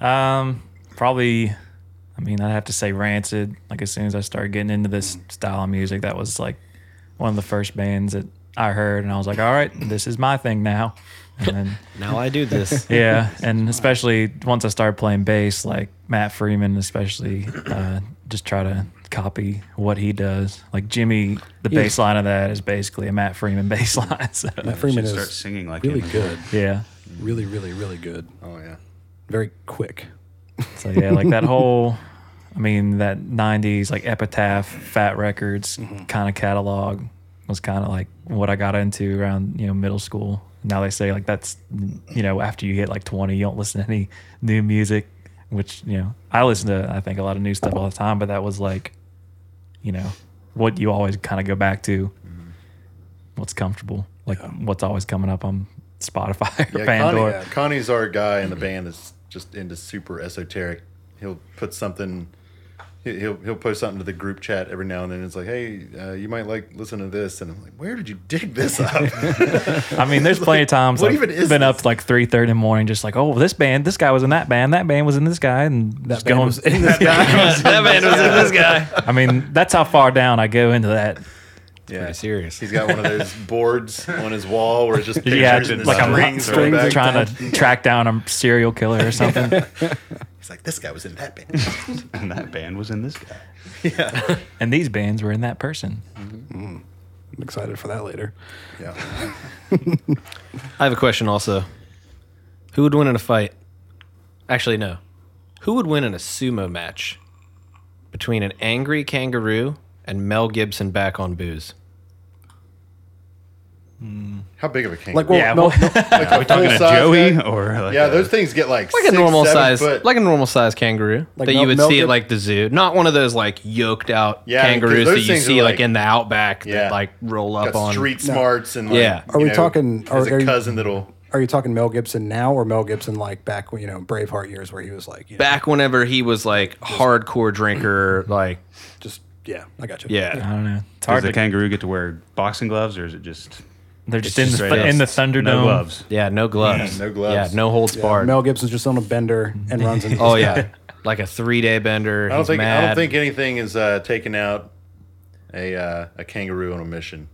G: Um, probably. I mean, I'd have to say Rancid. Like as soon as I started getting into this style of music, that was like one of the first bands that I heard, and I was like, all right, this is my thing now. And then
B: Now I do this.
G: yeah, and especially once I started playing bass, like Matt Freeman, especially, uh, just try to copy what he does. Like Jimmy, the bass line of that is basically a Matt Freeman bass line. So,
I: Matt Freeman
F: Start
I: is
F: singing like
I: really
F: him.
I: good.
G: yeah.
I: Really, really, really good.
H: oh yeah,
I: Very quick.
G: So yeah, like that whole, I mean, that '90s like Epitaph, Fat Records
H: Mm-hmm.
G: kind of catalog was kind of like what I got into around you know middle school. Now they say like that's you know after you hit like 20, you don't listen to any new music, which you know I listen to I think a lot of new stuff all the time, but that was like, you know, what you always kind of go back to,
H: Mm-hmm.
G: what's comfortable, like what's always coming up on Spotify or
H: Yeah, Connie,
G: Pandora.
H: yeah, Connie's our guy in the band that's just into super esoteric. He'll put something. he- He'll he'll post something to the group chat every now and then. It's like, hey, uh, you might like listen to this, and I'm like, where did you dig this up?
G: I mean, there's plenty of times
H: what
G: I've
H: even is
G: been
H: this?
G: up like three thirty in the morning, just like, oh, this band, this guy was in that band, that band was in this guy, and just going.
B: that man was in this guy.
G: I mean, that's how far down I go into that.
H: yeah,
B: Pretty serious.
H: he's got one of those boards on his wall where it's just pictures
G: Yeah,
H: and
G: like I'm
H: strings. thrown
G: strings
H: back.
G: trying to track down a serial killer or something.
H: He's like, this guy was in that band.
F: and that band was in this guy.
G: And these bands were in that person.
I: I'm excited for that later.
H: yeah,
B: I have a question also. Who would win in a fight? Actually, no. Who would win in a sumo match between an angry kangaroo and Mel Gibson back on booze?
H: How big of a kangaroo?
A: Like, well,
G: Yeah,
A: no,
G: well-
A: no,
H: Like
F: Are we
H: a
F: talking to
H: full-size
F: Joey
H: guy?
F: or like
H: yeah,
F: a-
H: those things get like
B: like
H: six,
B: a normal
H: seven
B: size,
H: foot.
B: like a normal size kangaroo
A: Like
B: that
A: mel-
B: you would see
A: melted?
B: at like the zoo. Not one of those like yoked out
H: Yeah, 'cause
B: kangaroos
H: those
B: that you
H: things are
B: see like,
H: like-
B: in the outback
H: Yeah.
B: that like roll up
H: got
B: on.
H: street smarts and like,
B: Yeah.
H: you
A: Are we
H: know,
A: talking-
H: Has
A: are- are
H: a
A: you-
H: cousin that'll.
A: are you talking Mel Gibson now or Mel Gibson like back when you know Braveheart years where he was like you know,
B: Back whenever he was like hardcore drinker, like
A: just yeah I got you
B: yeah,
G: I don't know.
F: Does
G: It's hard.
F: the
G: to,
F: kangaroo get to wear boxing gloves, or is it just
G: they're just,
F: just
G: in,
F: straight
G: the, in the
F: up.
G: Thunderdome.
F: no gloves?
B: yeah, no gloves,
H: Yeah, no gloves.
B: yeah, no holds barred.
A: Mel Gibson's just on a bender and runs into
B: oh
A: this
B: yeah,
A: guy.
B: like a three day bender.
H: I don't
B: He's
H: think. I don't
B: mad.
H: think anything is uh, taking out a uh, a kangaroo on a mission.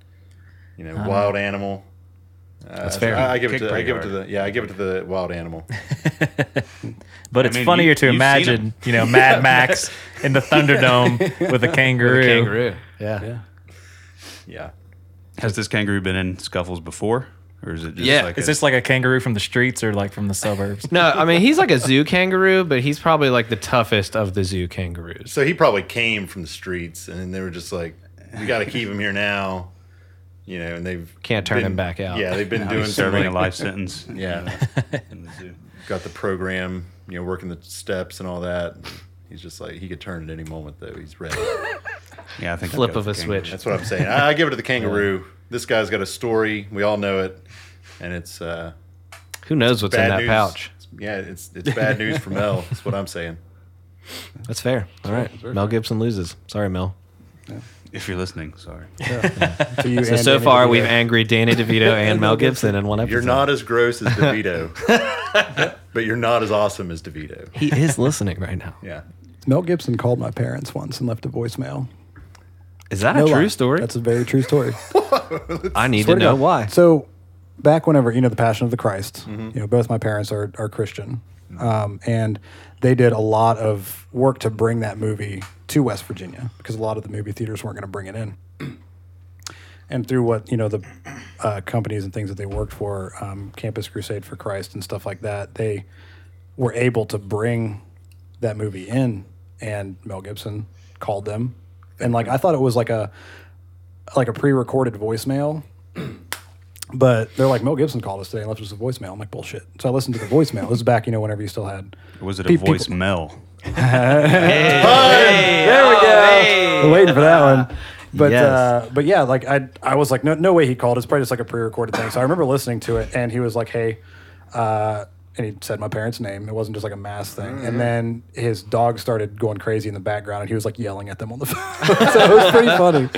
H: You know, wild animal. Uh, That's
B: fair.
H: I, I give it
F: Kick
H: to. I
F: pretty
H: give it to
F: hard.
H: the. Yeah, I give it to the wild animal.
G: But it's
F: mean,
G: funnier
F: you-
G: to
F: you've seen
G: imagine,
F: 'em.
G: you know, Mad Max in the Thunderdome with a kangaroo.
B: kangaroo. Yeah, yeah.
H: Yeah.
F: Has this kangaroo been in scuffles before, or is it just
B: Yeah.
F: like
G: Is
F: a-
G: this like a kangaroo from the streets or like from the suburbs?
B: No, I mean he's like a zoo kangaroo, but he's probably like the toughest of the zoo kangaroos.
H: So he probably came from the streets, and they were just like, "We got to keep him here now." You know, and they've
B: Can't turn
H: been-
B: him back out.
H: Yeah, they've been
F: he's
H: doing
F: serving a
H: something.
F: life sentence? in
H: Yeah,
F: the- in the zoo.
H: got the program, you know, working the steps and all that. He's just like he could turn at any moment though. He's ready.
F: Yeah, I think I'd
B: Flip
F: go
B: of
F: for
B: a
F: kangaroo.
B: switch.
H: That's what I'm saying. I, I give it to the kangaroo. This guy's got a story. We all know it, and it's uh,
B: Who knows what's in
H: bad
B: that
H: news.
B: pouch?
H: Yeah, it's it's bad news for Mel. That's what I'm saying.
B: That's fair. All right, Mel Gibson loses. Sorry, Mel.
F: If you're listening, sorry.
A: To you
B: So
A: and
B: so
A: Danny
B: far
A: DeVito.
B: we've angered Danny DeVito and Mel Gibson in one episode.
H: You're not as gross as DeVito, but you're not as awesome as DeVito.
B: He is listening right now.
H: Yeah.
A: Mel Gibson called my parents once and left a voicemail.
B: Is that
A: No
B: a true
A: lie.
B: story?
A: That's a very true story.
B: I need to
A: Swear to
B: know
A: God.
B: why.
A: So, back whenever you know the Passion of the Christ, you know both my parents are are Christian, um, and they did a lot of work to bring that movie to West Virginia because a lot of the movie theaters weren't going to bring it in. And through what you know, the uh, companies and things that they worked for, um, Campus Crusade for Christ and stuff like that, they were able to bring that movie in. And Mel Gibson called them, and like I thought it was like a like a pre-recorded voicemail but they're like, Mel Gibson called us today and left us a voicemail. I'm like, bullshit. So I listened to the voicemail. It was back, you know, whenever you still had.
F: Was it a
A: Pe- people-
F: voice Mel?
A: there we go. We're waiting for that one. But
B: Yes.
A: uh, but yeah, like I I was like, no no way he called. It's probably just like a pre-recorded thing. So I remember listening to it, and he was like, hey, uh, and he said my parents' name. It wasn't just like a mass thing.
H: Mm-hmm.
A: And then his dog started going crazy in the background, and he was like yelling at them on the phone. so it was pretty funny.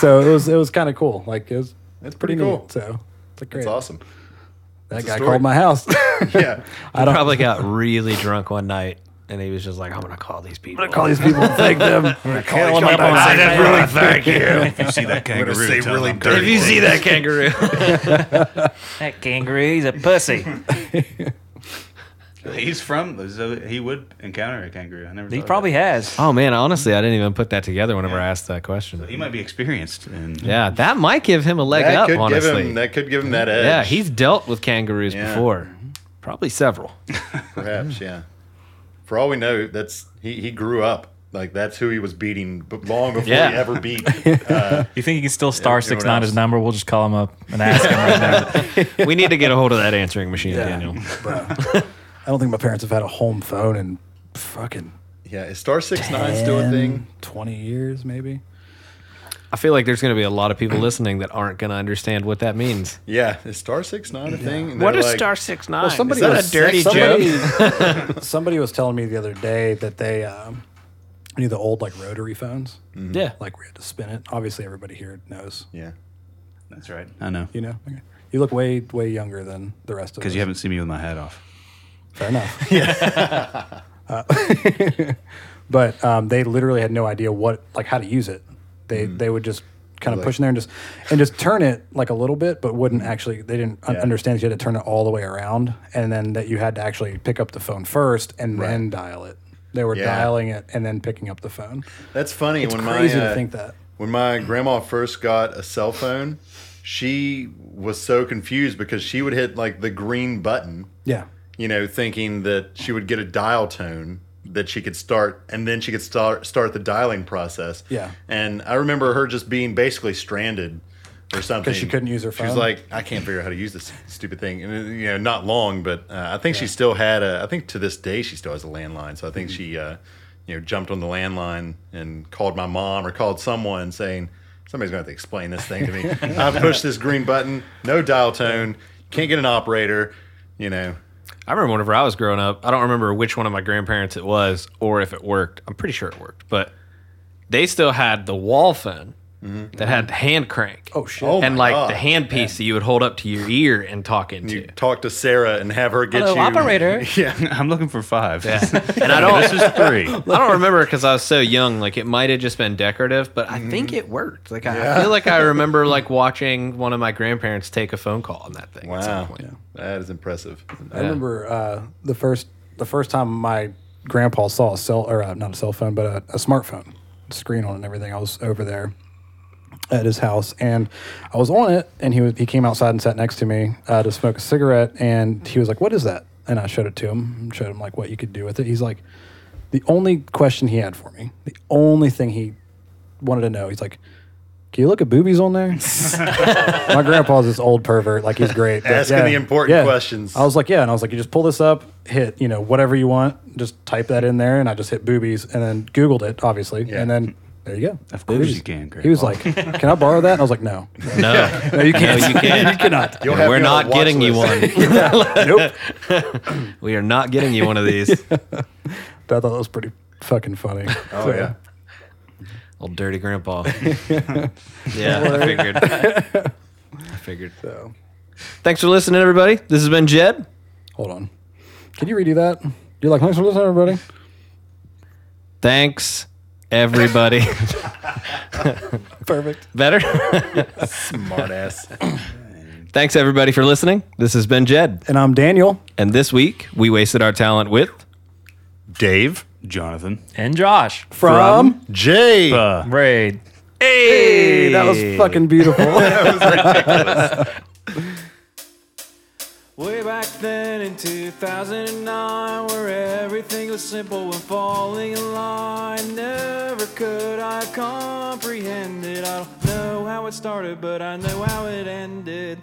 A: So it was it was kind of cool. Like it was
H: That's
A: pretty,
H: pretty cool.
A: neat. So it's like great.
H: It's awesome.
A: That
H: a
A: guy
H: story.
A: called my house.
H: Yeah.
A: I don't
B: Probably got really drunk one night and he was just like, I'm gonna call these people.
A: call these people and thank them.
G: Call him up on
F: I
G: Saint
F: didn't
G: Patrick's.
F: really thank you. If you see that kangaroo,
H: say
F: tell
H: really
F: them
H: dirty
B: if you see
F: things.
B: that kangaroo.
G: That kangaroo, he's a pussy.
F: he's from, so he would encounter a kangaroo. I never.
G: He
F: thought of
G: probably has.
B: oh man, honestly, I didn't even put that together whenever I asked that
F: that. He
B: question.
F: might be experienced. And
B: Yeah, that might give him a leg
H: That
B: up,
H: could give
B: honestly.
H: him. That could give him that edge.
B: yeah, he's dealt with kangaroos
H: Yeah.
B: before. Probably several.
H: perhaps. Yeah. For all we know, that's he. He grew up like that's who he was beating b- long before
B: Yeah.
H: he ever beat. Uh,
G: You think he can still star
H: everyone
G: six nine his
H: else.
G: number? We'll just call him up and ask him right now.
B: we need to get a hold of that answering machine,
A: Yeah.
B: Daniel.
A: I don't think my parents have had a home phone in fucking
H: yeah, is Star Six Nine still a
A: 10,
H: thing?
A: 20 years, maybe.
B: I feel like there's gonna be a lot of people listening that aren't gonna understand what that means.
H: Yeah, is Star Six Nine a thing? And
B: What
H: they're
B: is
H: like,
B: Star Six Nine?
A: Well, somebody
B: is that
A: was,
B: a dirty joke?
A: somebody, somebody was telling me the other day that they um, knew the old like rotary phones,
F: Mm-hmm.
B: Yeah.
A: like we had to spin it. Obviously, everybody here knows.
H: Yeah.
F: that's right. I know
A: You know, Okay. you look way way younger than the rest of
F: because
A: us.
F: you haven't seen me with my hat off.
A: Fair enough. Yeah. Uh, but um, they literally had no idea what, like, how to use it. They
H: Mm-hmm.
A: they would just kind of push in there and just and just turn it like a little bit, but wouldn't actually. They didn't un- understand that you had to turn it all the way around, and then that you had to actually pick up the phone first and then dial it. They were
H: Yeah.
A: dialing it and then picking up the phone.
H: That's funny.
A: It's
H: when
A: crazy
H: my, uh,
A: to think that.
H: When my grandma first got a cell phone, she was so confused because she would hit like the green button,
A: Yeah.
H: you know, thinking that she would get a dial tone that she could start and then she could start start the dialing process.
A: Yeah.
H: And I remember her just being basically stranded or something.
A: she couldn't use her
H: She was
A: phone?
H: like, I can't figure out how to use this stupid thing. And, uh, you know, not long, but uh, I think she still had a, I think to this day she still has a landline. So I
A: Mm-hmm.
H: think she, uh, you know, jumped on the landline and called my mom or called someone saying, somebody's going to have to explain this thing to me. I pushed this green button, no dial tone, can't get an operator, you know.
B: I remember whenever I was growing up, I don't remember which one of my grandparents it was or if it worked. I'm pretty sure it worked, but they still had the wall phone that had the hand crank.
A: Oh, shit.
H: Mm-hmm. Oh,
B: and
H: my
B: like
H: God.
B: the hand piece that you would hold up to your ear and talk into.
H: You talk to Sarah and have her get
J: Hello,
H: you.
J: operator.
F: Yeah, I'm looking for five.
B: And I don't
F: this is three.
B: I don't remember because I was so young. Like it might have just been decorative, but I
A: Mm.
B: think it worked. Like I, I feel like I remember like watching one of my grandparents take a phone call on that thing. At some
H: Wow.
B: point.
H: That is impressive.
A: I remember uh, the first the first time my grandpa saw a cell or uh, not a cell phone, but a, a smartphone screen on it and everything. I was over there at his house, and I was on it, and he was he came outside and sat next to me uh, to smoke a cigarette, and he was like, "What is that?" And I showed it to him, and showed him like what you could do with it. He's like, the only question he had for me, the only thing he wanted to know, he's like. Can you look at boobies on there? My grandpa's this old pervert. Like he's great. but
H: Asking the important questions.
A: I was like, yeah, and I was like, you just pull this up, hit you know whatever you want, just type that in there, and I just hit boobies, and then Googled it, obviously, and then there you go.
F: Of course you can,
A: He was like, "Can I borrow that?" And I was like, "No,
B: Oh. No,
A: no, you can't.
B: you can't.
A: you cannot."
H: You'll have
B: we're
H: me on a
B: not
H: watch
B: getting you
H: list.
B: one.
A: nope.
B: We are not getting you one of these.
A: But I thought that was pretty fucking funny.
H: Oh, yeah.
B: Old dirty grandpa. yeah, I figured. I figured.
A: So
B: Thanks for listening, everybody. This has been Jed.
A: hold on. Can you redo that? You're like, "Thanks for listening, everybody."
B: Thanks, everybody.
A: Perfect.
B: Better.
H: Smart ass.
B: Thanks, everybody, for listening. This has been Jed.
A: And I'm Daniel.
B: And this week, we wasted our talent with.
F: Dave, Jonathan,
J: And Josh.
A: From,
H: Jay.
F: uh,
J: Braid.
A: hey, that was fucking beautiful.
E: Way back then in 2009, where everything was simple and falling in line, never could I comprehend it. I don't know how it started, but I know how it ended.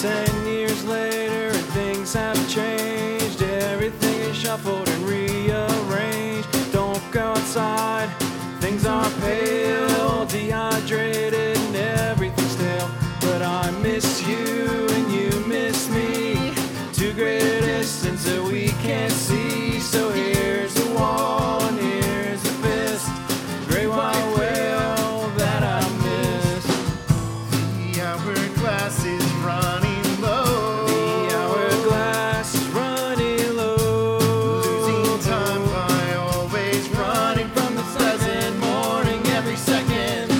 E: Ten years later and things have changed. Everything is shuffled and rearranged. Don't go outside. Things are pale, dehydrated, and everything's stale. But I miss you and you miss me. Two great a distance that we can't see. So here's a wall and here's a fist. Great white whale that I miss.
K: The hourglass is running low.
E: The hourglass is running low.
K: Losing time by always running from the present morning every second.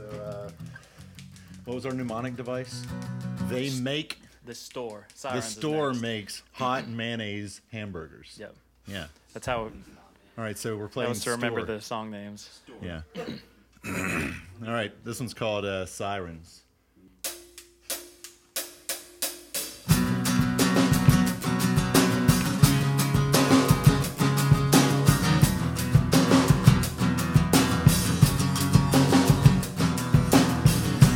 L: uh, what was our mnemonic device? They make
M: The store.
L: the
M: Sirens is
L: store
M: next.
L: makes hot mayonnaise hamburgers.
M: Yep.
L: Yeah.
M: That's how.
L: All right, so we're
M: I
L: playing.
M: was to remember
L: store.
M: the song names.
L: Yeah. All right, this one's called uh, Sirens.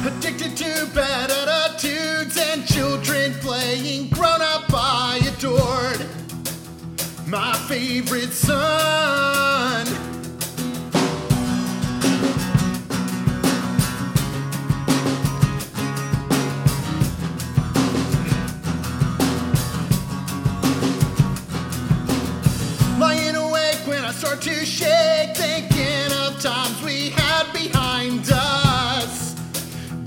K: Addicted to bad attitudes and children playing grown up I adored. My favorite son. Lying awake when I start to shake, thinking of times we had behind us.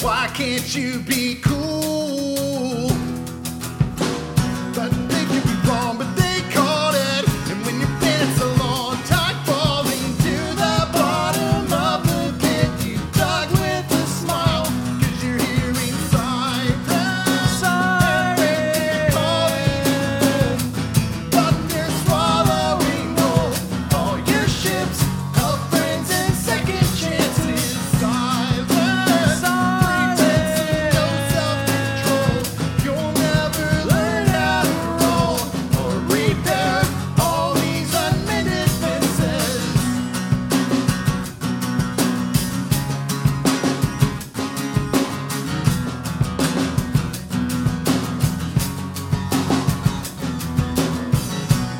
K: Why can't you be cool? But they could be wrong, but they called it. And when you've been it so long, tight falling to the bottom of the pit, you dug with a smile. Cause you're hearing sirens. Sirens. Calling, but they're swallowing all, all your ships of friends and second chances. Sirens. Sirens. No self-control. You'll never learn how to roll or repair all these unmended fences.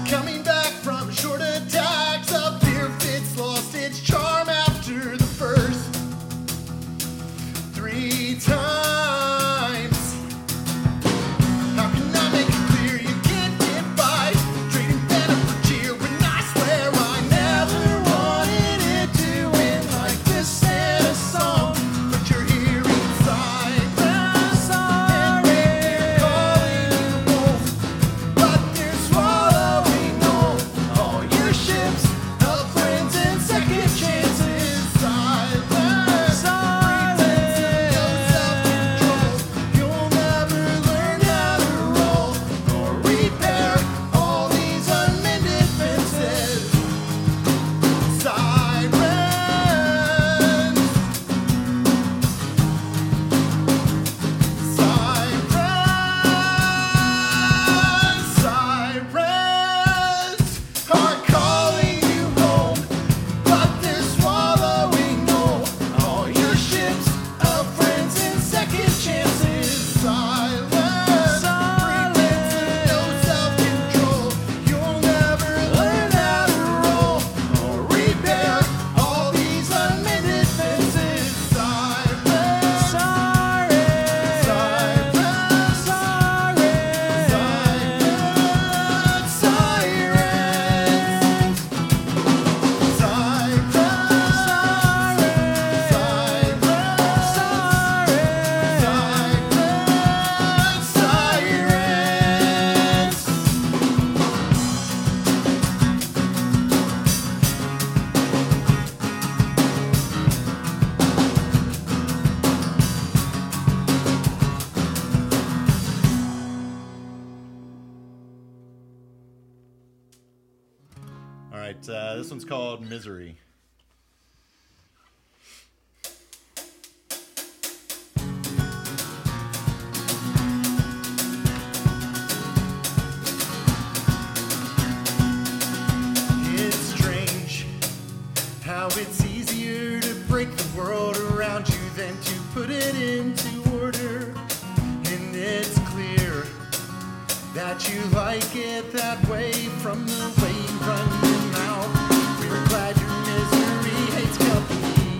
K: Coming back from short attacks, a beer fits lost its charm after the first three times. How can I make it clear you can't get by? Trading venom for cheer when I swear I never wanted it to end like this in a song. But you're hearing sirens, and they're calling you wolf. But they're swallowing all, all your ships of friends and second chances. Silence, silence, no self-control. You'll never learn how to roll or repair all these unmended fences. Sirens, sirens, sirens are calling you home, but they're swallowing all, all your ships of friends and second chances. Silence, silence, no self-control. You'll never learn how to roll or repair all these unmended fences. Sirens, sirens, sirens, sirens, sirens.
L: All right, uh, this one's called Misery.
K: It's strange how it's easier to break the world around you than to put it into order. And it's clear that you like it that way from the way you run your mouth. We're glad your misery hates company.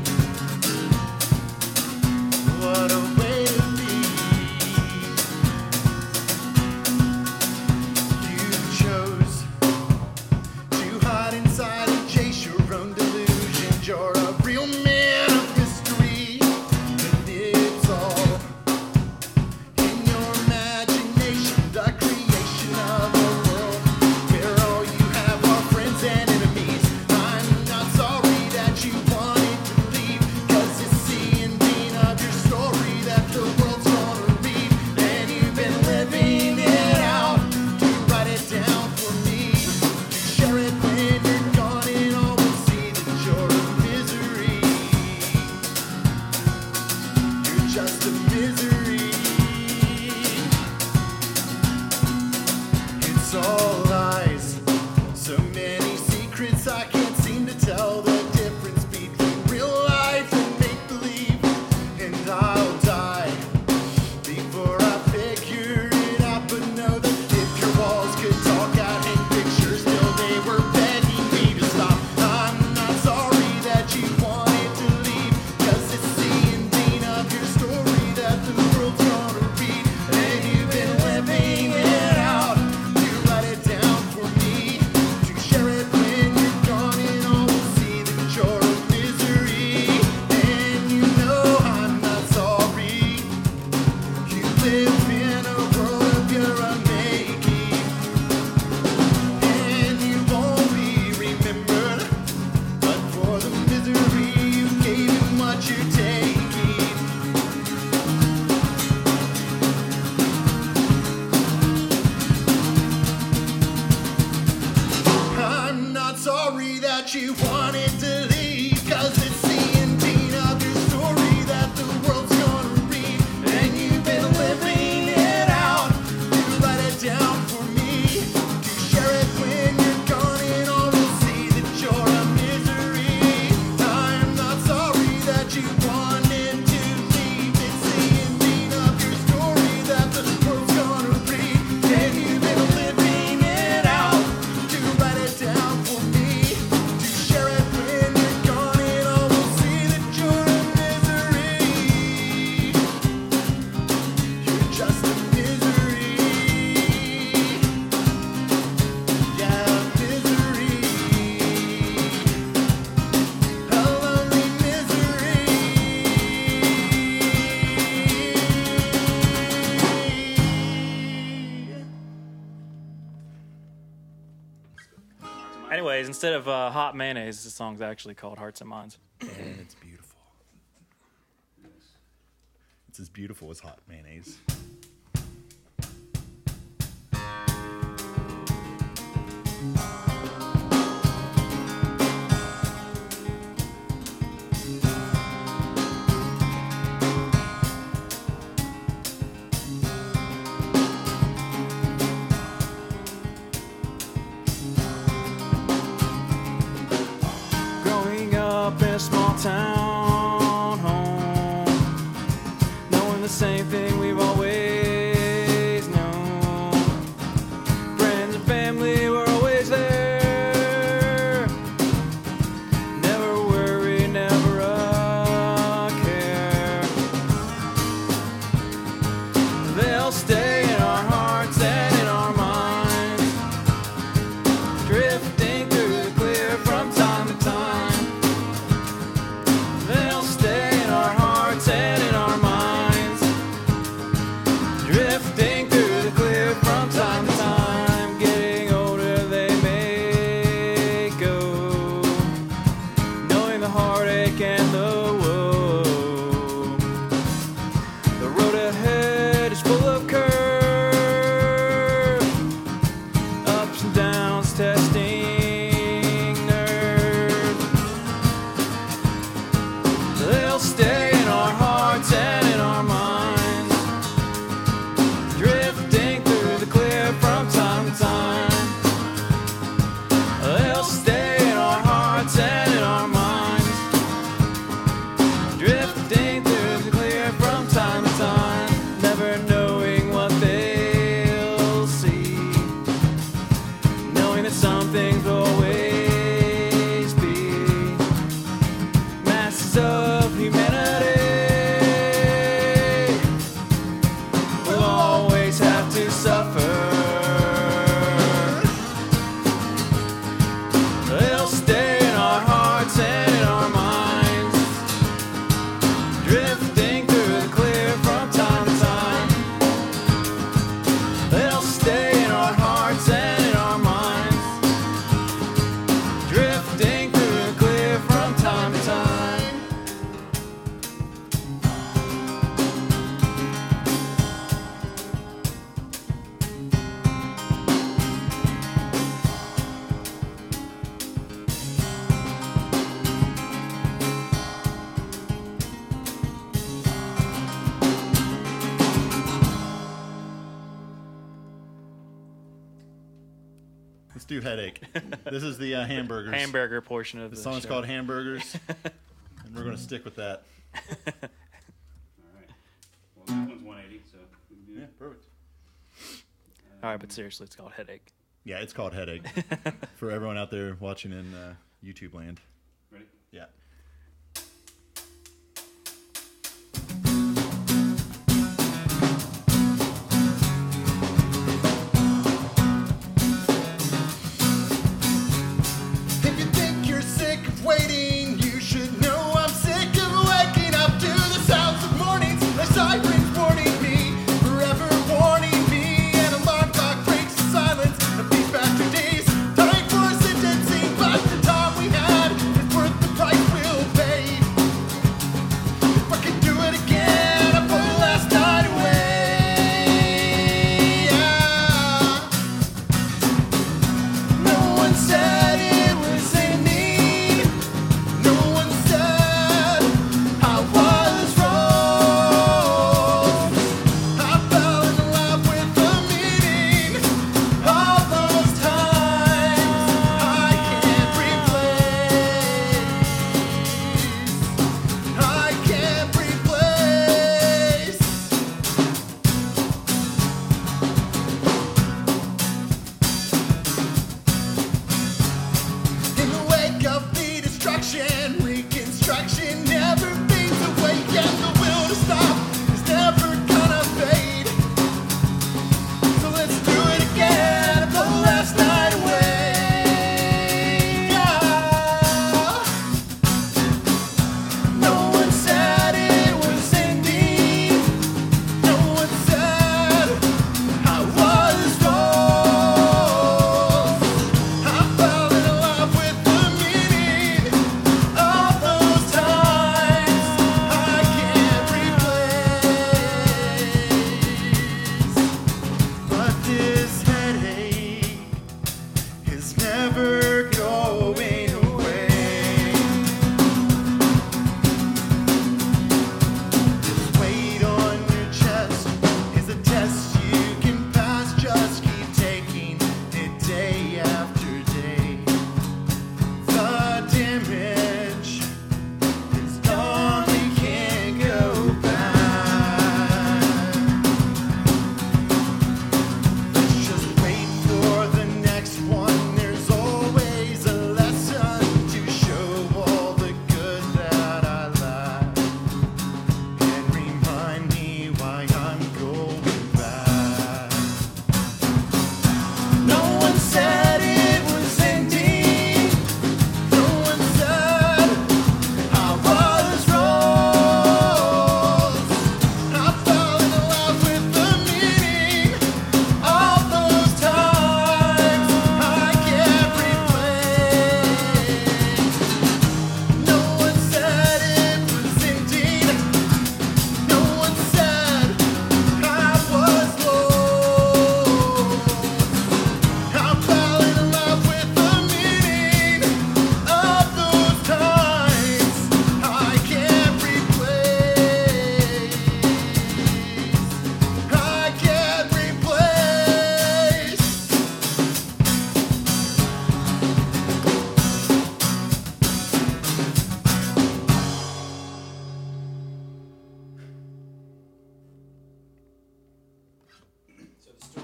K: What a way to be. You chose too hot inside and chase your own delusions. You're a real man of mystery, and it's all in your imagination, the creation of a world where all you that you wanted to leave. Cause it's the ending of your story that the world's gonna read. And you've been living it out. You let it down for me. To share it when you're gone, and all will see that you're a misery. I'm not sorry that you wanted to leave. It's the ending of your story that the world's gonna read. And you've been living it out. You let it down for me. To share it when you're gone, and all will see that you're a misery. You're just a misery. Yeah, misery. A lonely misery.
G: Anyways, instead of uh, hot mayonnaise, the song's actually called Hearts and Minds.
L: And it's beautiful. It's as beautiful as hot mayonnaise.
E: Growing up in a small town home, knowing the same thing we've always known. Friends and family were always there. Never worry, never a care. They'll stay in our hearts and in our minds drifting through the clear from time to time. They'll stay in our hearts and in our minds, drifting through the clear from time to time. Getting older, they may go, knowing the heartache and the woe. The road ahead is full of curves ups and downs, testing nerves. They'll stay in our hearts and in our minds, drifting through the clear from time to time. They'll stay in our hearts and in our minds, drifting through the clear from time to time, never knowing what they'll see knowing that some things will always be masses of humanity. We'll always have to suffer. They'll stay in our hearts and in our minds, drifting through the clear from time to time. They'll stay in our hearts and in our minds, drifting through the clear from time to time.
L: Let's do headache. this is the uh, hamburgers.
G: Hamburger portion of
L: The
G: the,
L: song's
G: show.
L: called Hamburgers, and we're gonna stick with that.
F: Well, that one's 180, so we can do that.
L: perfect.
G: All right, but seriously, it's called Headache.
L: Yeah, it's called headache for everyone out there watching in uh, YouTube land.
F: Ready?
L: Yeah.
K: If you think you're sick of waiting, you should know I'm sick of waking up to the sounds of mornings. The sirens warning me, forever warning me. An alarm clock breaks the silence of these faster days. Time for sentencing, but the time we had is worth the price we'll pay. If I could do it again, I'd put last night away. Yeah. No one said it was in the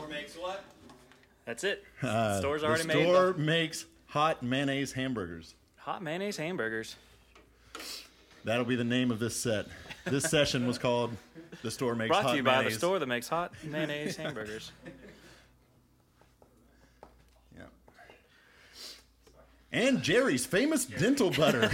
G: makes what? That's it.
H: Uh,
G: Store's
H: the
G: already made
H: store
G: the-
H: makes hot mayonnaise hamburgers.
G: hot mayonnaise hamburgers.
H: That'll be the name of this set. This session was called "The Store Makes
G: Brought
H: Hot
G: to you by the
H: Mayonnaise."
G: store that makes hot mayonnaise hamburgers.
H: and Jerry's famous dental butter.